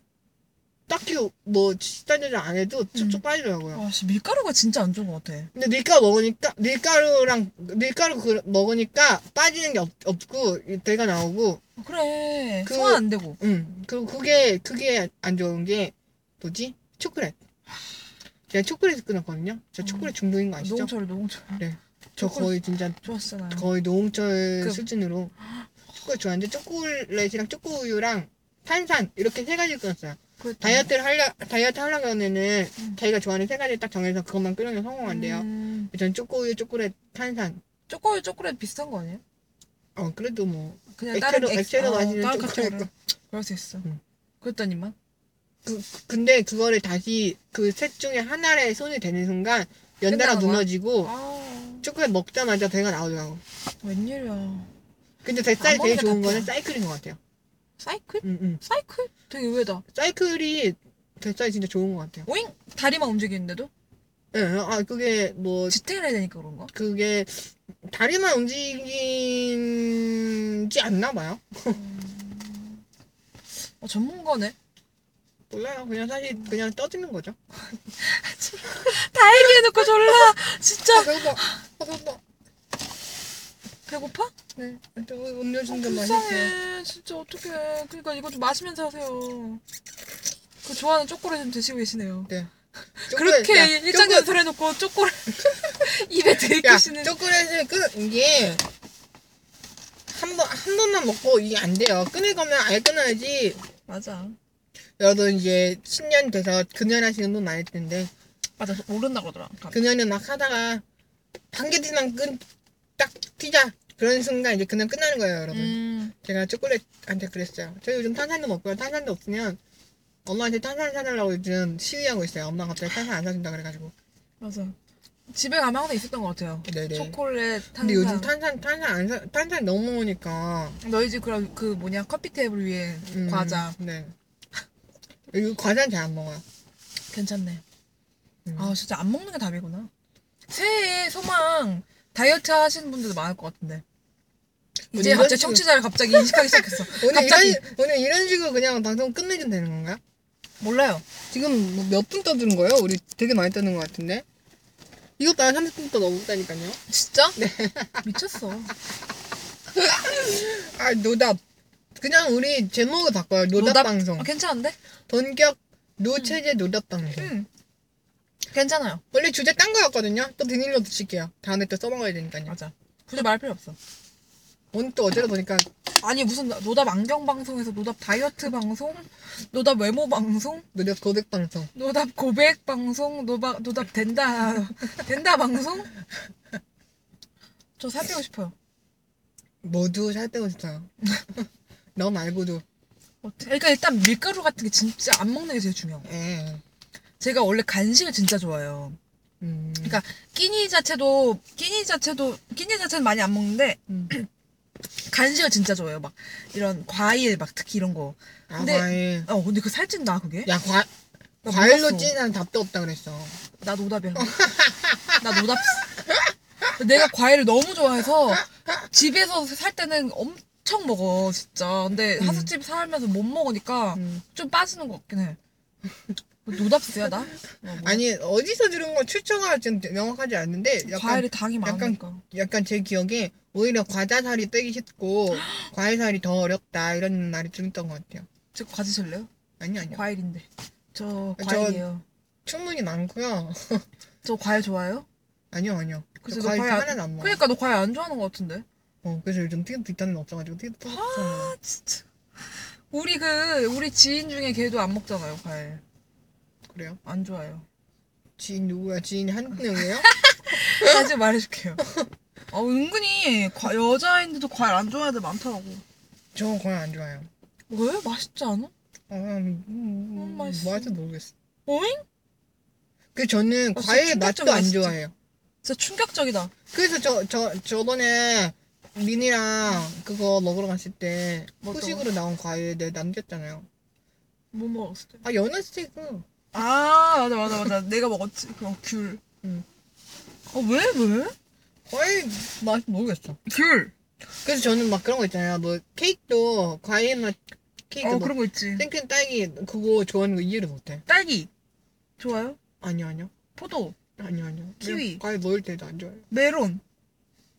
[SPEAKER 2] 딱히 뭐 식단을 안 해도 쭉쭉 빠지더라고요.
[SPEAKER 1] 아씨 밀가루가 진짜 안 좋은 것 같아.
[SPEAKER 2] 근데 밀가루 먹으니까 밀가루랑 밀가루 그- 먹으니까 빠지는 게 없, 없고 배가 나오고
[SPEAKER 1] 아, 그래
[SPEAKER 2] 그-
[SPEAKER 1] 소화 안 되고.
[SPEAKER 2] 음 그리고 그게 그게 안 좋은 게 뭐지 초콜릿 제가 초콜릿을 끊었거든요 저 초콜릿
[SPEAKER 1] 음.
[SPEAKER 2] 중독인 거 아시죠?
[SPEAKER 1] 노홍철 노홍철
[SPEAKER 2] 저 거의 진짜
[SPEAKER 1] 좋았잖아요.
[SPEAKER 2] 거의 노홍철
[SPEAKER 1] 그-
[SPEAKER 2] 수준으로 초콜릿 좋아하는데 초콜릿이랑 초코우유랑 탄산 이렇게 세 가지를 끊었어요
[SPEAKER 1] 그-
[SPEAKER 2] 다이어트를 하려 다이어트 하려고 하면은
[SPEAKER 1] 음.
[SPEAKER 2] 자기가 좋아하는 세 가지를 딱 정해서 그것만 끊으면 성공한대요
[SPEAKER 1] 음,
[SPEAKER 2] 전 초코우유 초콜릿 탄산
[SPEAKER 1] 초코우유 초콜릿 비슷한 거 아니에요?
[SPEAKER 2] 어 그래도 뭐
[SPEAKER 1] 그냥
[SPEAKER 2] 액체로
[SPEAKER 1] 다른 액-
[SPEAKER 2] 액체로
[SPEAKER 1] 어,
[SPEAKER 2] 마시는
[SPEAKER 1] 다른
[SPEAKER 2] 초콜릿
[SPEAKER 1] 카테고리로. 그럴 수 있어.
[SPEAKER 2] 음.
[SPEAKER 1] 그랬더니만
[SPEAKER 2] 근데 그거를 다시 그 셋 중에 하나에 손이 대는 순간 연달아
[SPEAKER 1] 끝나는 거야?
[SPEAKER 2] 무너지고
[SPEAKER 1] 아
[SPEAKER 2] 초콜릿 먹자마자 배가 나오더라고.
[SPEAKER 1] 웬일이야.
[SPEAKER 2] 근데 뱃살이
[SPEAKER 1] 안
[SPEAKER 2] 제일
[SPEAKER 1] 먹는 게
[SPEAKER 2] 좋은
[SPEAKER 1] 낫다.
[SPEAKER 2] 거는 사이클인 것 같아요.
[SPEAKER 1] 사이클?
[SPEAKER 2] 음, 음.
[SPEAKER 1] 사이클? 되게 의외다.
[SPEAKER 2] 사이클이 뱃살이 진짜 좋은 것 같아요.
[SPEAKER 1] 오잉 다리만 움직이는데도
[SPEAKER 2] 예, 아 그게 뭐
[SPEAKER 1] 지탱을 해야 되니까 그런가?
[SPEAKER 2] 그게 다리만 움직이지 않나 봐요.
[SPEAKER 1] 어, 전문가네.
[SPEAKER 2] 몰라요. 그냥 사실 그냥 떠드는 거죠.
[SPEAKER 1] 다 얘기해놓고 졸라
[SPEAKER 2] 아,
[SPEAKER 1] 진짜
[SPEAKER 2] 배고파. 아, 배고파.
[SPEAKER 1] 배고파?
[SPEAKER 2] 네, 또뭐 음료수 좀 마실게요.
[SPEAKER 1] 아, 불쌍해 진짜 어떡해 그러니까 이거 좀 마시면서 하세요 그 좋아하는 초콜릿 좀 드시고 계시네요 그렇게 일장
[SPEAKER 2] 야,
[SPEAKER 1] 연설 해놓고 초콜릿 입에 들이키시는
[SPEAKER 2] 야, 초콜릿을 끊 이게 한 번 한 번만 먹고 이게 안 돼요. 끊을 거면 아예 끊어야지.
[SPEAKER 1] 맞아
[SPEAKER 2] 여러분 이제 신년 돼서 근연하시는 분 많을 텐데
[SPEAKER 1] 맞아 모른다 그러더라
[SPEAKER 2] 근연을 막 하다가 반개티만 끈딱 튀자 그런 순간 이제 그냥 끝나는 거예요, 여러분.
[SPEAKER 1] 음
[SPEAKER 2] 제가 초콜릿한테 그랬어요. 저 요즘 탄산도 먹고요. 탄산도 없으면 엄마한테 탄산 사달라고 요즘 시위하고 있어요. 엄마 가 갑자기 탄산 안 사준다 그래가지고.
[SPEAKER 1] 맞아 집에 가면 항상 있었던 것 같아요
[SPEAKER 2] 네네.
[SPEAKER 1] 초콜릿 탄산
[SPEAKER 2] 근데 요즘 탄산 탄산 안 사, 탄산 너무 먹으니까
[SPEAKER 1] 너희 집 그럼 그 뭐냐 커피 테이블 위에
[SPEAKER 2] 음,
[SPEAKER 1] 과자
[SPEAKER 2] 네. 이거 과자는 잘 안 먹어요.
[SPEAKER 1] 괜찮네
[SPEAKER 2] 음.
[SPEAKER 1] 아 진짜 안 먹는 게 답이구나 새해 소망 다이어트 하시는 분들도 많을 것 같은데 이제
[SPEAKER 2] 이런
[SPEAKER 1] 갑자기
[SPEAKER 2] 식으로-
[SPEAKER 1] 청취자를 갑자기 인식하기 시작했어
[SPEAKER 2] 오늘
[SPEAKER 1] 갑자기
[SPEAKER 2] 이런 오늘 이런 식으로 그냥 방송 끝내면 되는 건가요?
[SPEAKER 1] 몰라요.
[SPEAKER 2] 지금 뭐 몇 분 떠드는 거예요? 우리 되게 많이 떠는 것 같은데. 이것 봐요, 30분 더 넘었다니까요.
[SPEAKER 1] 진짜? 네. 미쳤어.
[SPEAKER 2] 아 노답. 그냥 우리 제목을 바꿔요. 노답, 방송.
[SPEAKER 1] 아, 괜찮은데?
[SPEAKER 2] 본격
[SPEAKER 1] 음.
[SPEAKER 2] 노체제 노답 방송.
[SPEAKER 1] 응. 괜찮아요.
[SPEAKER 2] 원래 주제 딴 거였거든요. 또 비닐로 붙일게요. 다음에 또 써먹어야 되니까요.
[SPEAKER 1] 맞아. 굳이 말할 필요 없어.
[SPEAKER 2] 오늘 또 어제로 보니까
[SPEAKER 1] 아니 무슨 노답 안경 방송에서 노답 다이어트 방송, 노답 외모 방송,
[SPEAKER 2] 노답 고백 방송.
[SPEAKER 1] 노답 고백 방송, 노바, 노답 된다 된다 방송. 저 살 빼고 싶어요.
[SPEAKER 2] 모두 살 빼고 싶어요. 너 말고도.
[SPEAKER 1] 어때? 그러니까 일단 밀가루 같은 게 진짜 안 먹는 게 제일 중요한 거.
[SPEAKER 2] 예.
[SPEAKER 1] 제가 원래 간식을 진짜 좋아해요.
[SPEAKER 2] 음.
[SPEAKER 1] 그러니까 끼니 자체도 끼니 자체도 끼니 자체는 많이 안 먹는데
[SPEAKER 2] 음.
[SPEAKER 1] 간식을 진짜 좋아해요. 막 이런 과일 막 특히 이런 거.
[SPEAKER 2] 아,
[SPEAKER 1] 근데-
[SPEAKER 2] 과일.
[SPEAKER 1] 어 근데 그 살찐다 그게?
[SPEAKER 2] 야, 과,
[SPEAKER 1] 나
[SPEAKER 2] 과일로
[SPEAKER 1] 몰랐어.
[SPEAKER 2] 찐 사람 답도 없다 그랬어.
[SPEAKER 1] 나 노답이야. 나 노답. 내가 과일을 너무 좋아해서 집에서 살 때는 엄청 먹어 진짜. 근데
[SPEAKER 2] 음.
[SPEAKER 1] 하숙집 살면서 못 먹으니까
[SPEAKER 2] 음.
[SPEAKER 1] 좀 빠지는 것 같긴 해. 노답스야 나? 어, 뭐.
[SPEAKER 2] 아니, 어디서 들은 건 출처가 지금 명확하지 않는데, 약간
[SPEAKER 1] 과일이 당이
[SPEAKER 2] 약간-
[SPEAKER 1] 많으니까.
[SPEAKER 2] 약간 제 기억에 오히려 과자살이 빼기 쉽고 과일살이 더 어렵다 이런 말이 들었던 것 같아요.
[SPEAKER 1] 저 과지 절래요?
[SPEAKER 2] 아니요 아니요.
[SPEAKER 1] 과일인데. 저
[SPEAKER 2] 저-
[SPEAKER 1] 과일이에요.
[SPEAKER 2] 충분히 많고요.
[SPEAKER 1] 저 과일 좋아해요?
[SPEAKER 2] 아니요 아니요. 저
[SPEAKER 1] 그래서
[SPEAKER 2] 과일
[SPEAKER 1] 너 과일 안-
[SPEAKER 2] 하나도 안 먹어.
[SPEAKER 1] 그러니까 너 과일 안 좋아하는 것 같은데.
[SPEAKER 2] 어, 그래서 요즘 티켓 비타민 없어가지고 티켓 또 없어.
[SPEAKER 1] 아 진짜. 우리 그 우리 지인 중에 걔도 안 먹잖아요 과일.
[SPEAKER 2] 그래요?
[SPEAKER 1] 안 좋아요.
[SPEAKER 2] 지인 누구야? 지인 한 명이에요?
[SPEAKER 1] 다시 말해줄게요. 어 은근히 과- 여자인데도 과일 안 좋아하는 애들 많더라고.
[SPEAKER 2] 저 과일 안 좋아해요.
[SPEAKER 1] 왜? 맛있지 않아?
[SPEAKER 2] 어, 음, 음,
[SPEAKER 1] 음, 맛있어.
[SPEAKER 2] 맛은 모르겠어.
[SPEAKER 1] 오잉?
[SPEAKER 2] 그 저는
[SPEAKER 1] 어, 진짜
[SPEAKER 2] 과일 맛도
[SPEAKER 1] 충격적이다,
[SPEAKER 2] 안
[SPEAKER 1] 진짜.
[SPEAKER 2] 좋아해요.
[SPEAKER 1] 진짜 충격적이다.
[SPEAKER 2] 그래서 저 저 저번에 민이랑 그거 먹으러 갔을 때
[SPEAKER 1] 뭐 어떤
[SPEAKER 2] 후식으로 나온 과일 내 남겼잖아요.
[SPEAKER 1] 못뭐 먹었을 때.
[SPEAKER 2] 아 연어 스테이크.
[SPEAKER 1] 아 맞아 맞아 맞아 내가 먹었지 그거 귤. 어,
[SPEAKER 2] 응.
[SPEAKER 1] 아왜 왜?
[SPEAKER 2] 과일 맛 모르겠어.
[SPEAKER 1] 귤.
[SPEAKER 2] 그래서 저는 막 그런 거 있잖아요. 뭐 케이크도 과일 맛 케이크
[SPEAKER 1] 어
[SPEAKER 2] 뭐
[SPEAKER 1] 그런 거 있지.
[SPEAKER 2] 생크림 딸기 그거 좋아하는 거 이해를 못해.
[SPEAKER 1] 딸기. 좋아요?
[SPEAKER 2] 아니요 아니요
[SPEAKER 1] 포도.
[SPEAKER 2] 아니요 아니요.
[SPEAKER 1] 키위.
[SPEAKER 2] 과일 넣을 때도 안 좋아요.
[SPEAKER 1] 메론.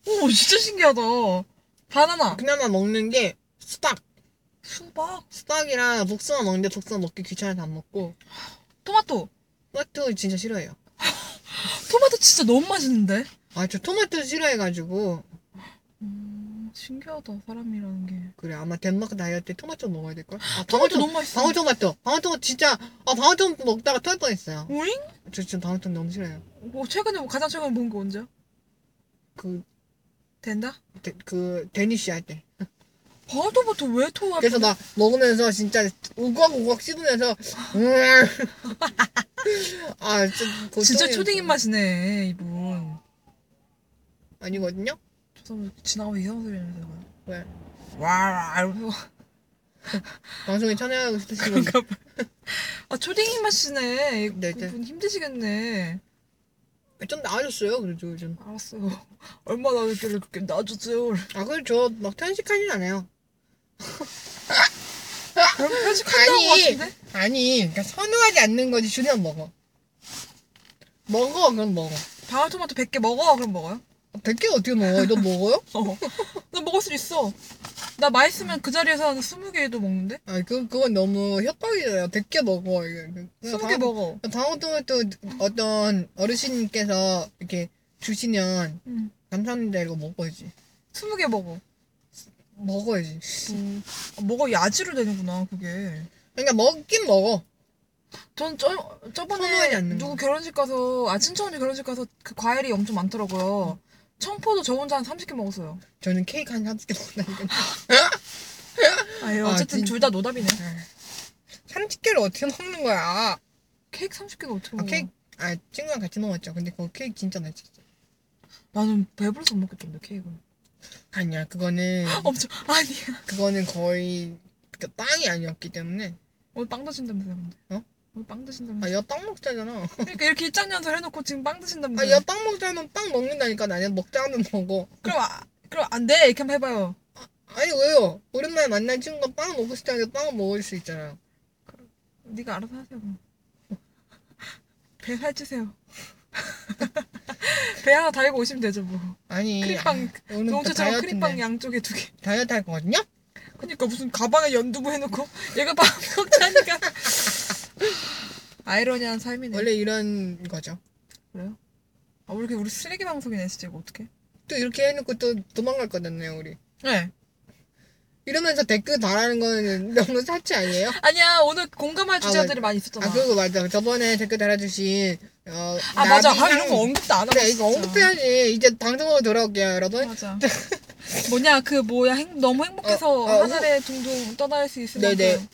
[SPEAKER 1] 오 진짜 신기하다. 바나나.
[SPEAKER 2] 아, 그나마 먹는 게 수박.
[SPEAKER 1] 수박.
[SPEAKER 2] 수박이랑 복숭아 먹는데 복숭아 먹기 귀찮아서 안 먹고
[SPEAKER 1] 토마토.
[SPEAKER 2] 토마토 진짜 싫어해요.
[SPEAKER 1] 토마토 진짜 너무 맛있는데.
[SPEAKER 2] 아 저 토마토 싫어해가지고
[SPEAKER 1] 음, 신기하다 사람이라는 게.
[SPEAKER 2] 그래 아마 덴마크 다이어트 때 토마토 먹어야 될걸? 아
[SPEAKER 1] 토마토
[SPEAKER 2] 방울토
[SPEAKER 1] 너무 맛있어.
[SPEAKER 2] 방울토마토 방울토마토 진짜 아 방울토마토 먹다가 토할 뻔했어요.
[SPEAKER 1] 오잉?
[SPEAKER 2] 저 지금 방울토 너무 싫어요.
[SPEAKER 1] 뭐 최근에 뭐 가장 최근에 본 게 언제야?
[SPEAKER 2] 그,
[SPEAKER 1] 된다?
[SPEAKER 2] 데, 그 데니쉬 할 때.
[SPEAKER 1] 바울토마토 왜 토할
[SPEAKER 2] 그래서 막 먹으면서 진짜 우걱우걱 씹으면서 으아. 아 진짜 고통이-
[SPEAKER 1] 진짜 초딩 입맛이네 이분
[SPEAKER 2] 아니거든요.
[SPEAKER 1] 저 사람 지나가면 이상한 소리 내면서
[SPEAKER 2] 왜?
[SPEAKER 1] 와라 이러면서
[SPEAKER 2] 방송에 참여하고 싶으시면
[SPEAKER 1] 그런가 봐. 아 초딩 입맛이네
[SPEAKER 2] 네, 네.
[SPEAKER 1] 이분 힘드시겠네
[SPEAKER 2] 좀 나아졌어요. 그래도 요즘.
[SPEAKER 1] 알았어요 얼마나 이렇게 그렇게 놔주세요
[SPEAKER 2] 아 그래 저막 편식하진 않아요.
[SPEAKER 1] 그럼 편식한다고
[SPEAKER 2] 아, 아니.
[SPEAKER 1] 같은데?
[SPEAKER 2] 아니 그러니까 선호하지 않는 거지 주면 먹어. 먹어 그럼 먹어.
[SPEAKER 1] 방울토마토 100개 먹어 그럼 먹어요?
[SPEAKER 2] 100개 어떻게 먹어? 너 먹어요?
[SPEAKER 1] 어나 먹을 수 있어 나 맛있으면 그 자리에서 한 20개도 먹는데?
[SPEAKER 2] 아 그, 그건 너무 협박이잖아요. 100개 먹어. 이거. 그,
[SPEAKER 1] 20개 먹어
[SPEAKER 2] 다음부터 어떤 어르신께서 이렇게 주시면
[SPEAKER 1] 응
[SPEAKER 2] 감사합니다 이거 먹어야지.
[SPEAKER 1] 20개 먹어
[SPEAKER 2] 먹어야지.
[SPEAKER 1] 음, 아, 먹어 야지로 되는구나 그게
[SPEAKER 2] 그러니까 먹긴 먹어.
[SPEAKER 1] 전 저,
[SPEAKER 2] 선호하지
[SPEAKER 1] 저번에
[SPEAKER 2] 않는
[SPEAKER 1] 누구
[SPEAKER 2] 거.
[SPEAKER 1] 결혼식 가서 아 친척 언니 결혼식 가서 그 과일이 엄청 많더라고요. 청포도 저 혼자 한 30개 먹었어요.
[SPEAKER 2] 저는 케이크 한 30개 먹는다니까.
[SPEAKER 1] 아유,
[SPEAKER 2] 아,
[SPEAKER 1] 어쨌든
[SPEAKER 2] 진-
[SPEAKER 1] 둘 다 노답이네.
[SPEAKER 2] 30개를 어떻게 먹는 거야?
[SPEAKER 1] 케이크 30개가 어떻게
[SPEAKER 2] 아,
[SPEAKER 1] 먹어?
[SPEAKER 2] 케이크, 아, 친구랑 같이 먹었죠. 근데 그 케이크 진짜 맛있었어.
[SPEAKER 1] 나는 배불러서 못 먹겠던데 케이크.
[SPEAKER 2] 아니야, 그거는,
[SPEAKER 1] 엄청 아니야.
[SPEAKER 2] 그거는 거의 그 빵이 아니었기 때문에.
[SPEAKER 1] 오늘 빵 드신다면서요? 근데.
[SPEAKER 2] 어?
[SPEAKER 1] 오늘 빵 드신다면서.
[SPEAKER 2] 아, 여빵 먹자잖아.
[SPEAKER 1] 그러니까 이렇게 일장 연설 해놓고 지금 빵
[SPEAKER 2] 아,
[SPEAKER 1] 드신다면서.
[SPEAKER 2] 여빵 먹자면 빵 먹는다니까. 나는 먹자 하면 먹어.
[SPEAKER 1] 그럼 아, 그럼 안 돼. 이렇게 한번 해봐요.
[SPEAKER 2] 아니, 왜요? 오랜만에 만난 친구가 빵 먹고 싶다는데 빵을 먹을 수 있잖아요.
[SPEAKER 1] 네가 알아서 하세요. 그럼.
[SPEAKER 2] 어.
[SPEAKER 1] 배 살찌세요. 배 하나 달고 오시면 되죠 뭐.
[SPEAKER 2] 아니,
[SPEAKER 1] 크림빵,
[SPEAKER 2] 아, 오늘 또
[SPEAKER 1] 농채처럼
[SPEAKER 2] 다이어트인데.
[SPEAKER 1] 크림빵 양쪽에 두 개.
[SPEAKER 2] 다이어트 할 거거든요?
[SPEAKER 1] 그러니까 무슨 가방에 연두부 해놓고 얘가 밥 먹자니까 아이러니한 삶이네.
[SPEAKER 2] 원래 이런 거죠.
[SPEAKER 1] 그래요? 아, 왜 이렇게 우리 쓰레기 방송이네 진짜 이거 어떻게?
[SPEAKER 2] 또 이렇게 해놓고 또 도망갈 거잖아요, 우리.
[SPEAKER 1] 네.
[SPEAKER 2] 이러면서 댓글 달하는 거는 너무 사치 아니에요?
[SPEAKER 1] 아니야 오늘 공감할 주제들이
[SPEAKER 2] 맞아.
[SPEAKER 1] 많이 있었잖아.
[SPEAKER 2] 아 그거 맞아. 저번에 댓글 달아주신 어,
[SPEAKER 1] 아, 맞아. 아,
[SPEAKER 2] 나비향-
[SPEAKER 1] 이런 거 언급도 안 하고.
[SPEAKER 2] 네, 이거
[SPEAKER 1] 있었어.
[SPEAKER 2] 언급해야지. 이제 방송으로 돌아올게요, 여러분.
[SPEAKER 1] 맞아. 뭐냐 그 뭐야 행, 너무 행복해서
[SPEAKER 2] 어, 어,
[SPEAKER 1] 하늘에 둥둥 떠날 수그 있을
[SPEAKER 2] 네네.
[SPEAKER 1] 만큼.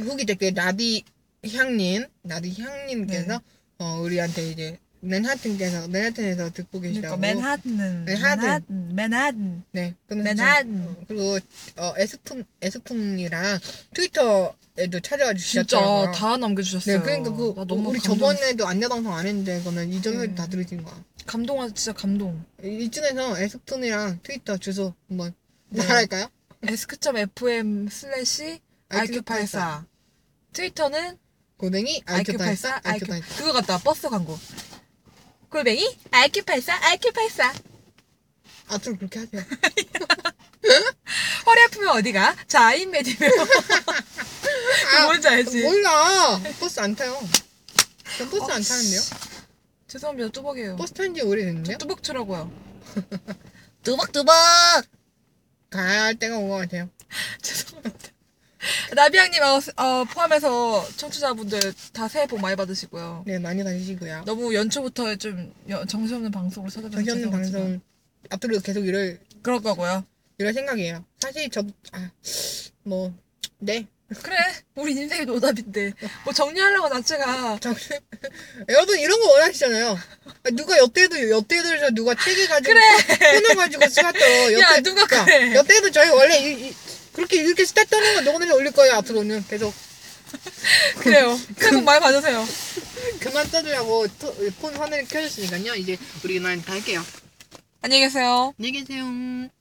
[SPEAKER 2] 후기 댓글 나비 향님, 나비 향님께서
[SPEAKER 1] 네.
[SPEAKER 2] 어, 우리한테 이제 맨하튼께서 맨하튼에서 듣고
[SPEAKER 1] 그러니까
[SPEAKER 2] 계시다고.
[SPEAKER 1] 맨하튼,
[SPEAKER 2] 뭐 맨하튼.
[SPEAKER 1] 맨하튼, 맨하튼.
[SPEAKER 2] 네. 그러면서
[SPEAKER 1] 맨하튼.
[SPEAKER 2] 어, 그리고 어, 에스푼 에스푼이랑 트위터에도 찾아와
[SPEAKER 1] 진짜
[SPEAKER 2] 주셨더라고요.
[SPEAKER 1] 다 남겨주셨어요.
[SPEAKER 2] 네, 그러니까 그
[SPEAKER 1] 나 너무
[SPEAKER 2] 우리
[SPEAKER 1] 감동,
[SPEAKER 2] 저번에도 안내 방송 안 했는데 그거는 이전에
[SPEAKER 1] 음.
[SPEAKER 2] 다 들으신 거야.
[SPEAKER 1] 감동하 진짜 감동.
[SPEAKER 2] 이- 이쯤에서 에스푼이랑 트위터 주소 한번
[SPEAKER 1] 네.
[SPEAKER 2] 말할까요?
[SPEAKER 1] 에스크.fm 슬래시 IQ84 트위터는
[SPEAKER 2] 고등이
[SPEAKER 1] IQ84
[SPEAKER 2] IQ84,
[SPEAKER 1] IQ
[SPEAKER 2] IQ84.
[SPEAKER 1] 그거 같다 버스 광고 골뱅이 IQ84 IQ84
[SPEAKER 2] 앞으로 그렇게 하세요.
[SPEAKER 1] 허리 아프면 어디가 자인메디며
[SPEAKER 2] 아,
[SPEAKER 1] 뭔지 알지?
[SPEAKER 2] 뭐? 몰라. 버스 안 타요. 전 버스
[SPEAKER 1] 어,
[SPEAKER 2] 안 타는데요?
[SPEAKER 1] 죄송합니다 뚜벅이에요
[SPEAKER 2] 버스 탄 지 오래됐는데요?
[SPEAKER 1] 뚜벅 추라고요
[SPEAKER 2] 뚜벅뚜벅! 갈 때가 온 것 같아요.
[SPEAKER 1] 죄송합니다 나비양님 어, 어, 포함해서 청취자분들 다 새해 복 많이 받으시고요
[SPEAKER 2] 네, 많이 다니시고요.
[SPEAKER 1] 너무 연초부터 좀 여- 정신없는 방송으로 찾아뵙는
[SPEAKER 2] 정신없는 방송, 앞으로 계속 이럴,
[SPEAKER 1] 그럴 거고요
[SPEAKER 2] 이럴 생각이에요. 사실 저, 아, 뭐, 네.
[SPEAKER 1] 그래 우리 인생이 노답인데 뭐 정리하려고 자체가
[SPEAKER 2] 저, 여러분 이런 거 원하시잖아요. 아, 누가 옆에도, 옆에들에서 누가 책을 가지고, 끊어가지고 스타 떠. 옆에,
[SPEAKER 1] 야, 누가 그래.
[SPEAKER 2] 옆에도 저희 원래 이, 이- 그렇게 이렇게 스타 떠는 거 녹음해서 올릴 거예요, 앞으로는. 계속.
[SPEAKER 1] 그래요. 새해 복 많이 받으세요.
[SPEAKER 2] 그만 떠들라고 토- 폰 화면을 켜줬으니까요. 이제 우리 그만 갈게요.
[SPEAKER 1] 안녕히 계세요.
[SPEAKER 2] 안녕히 계세요.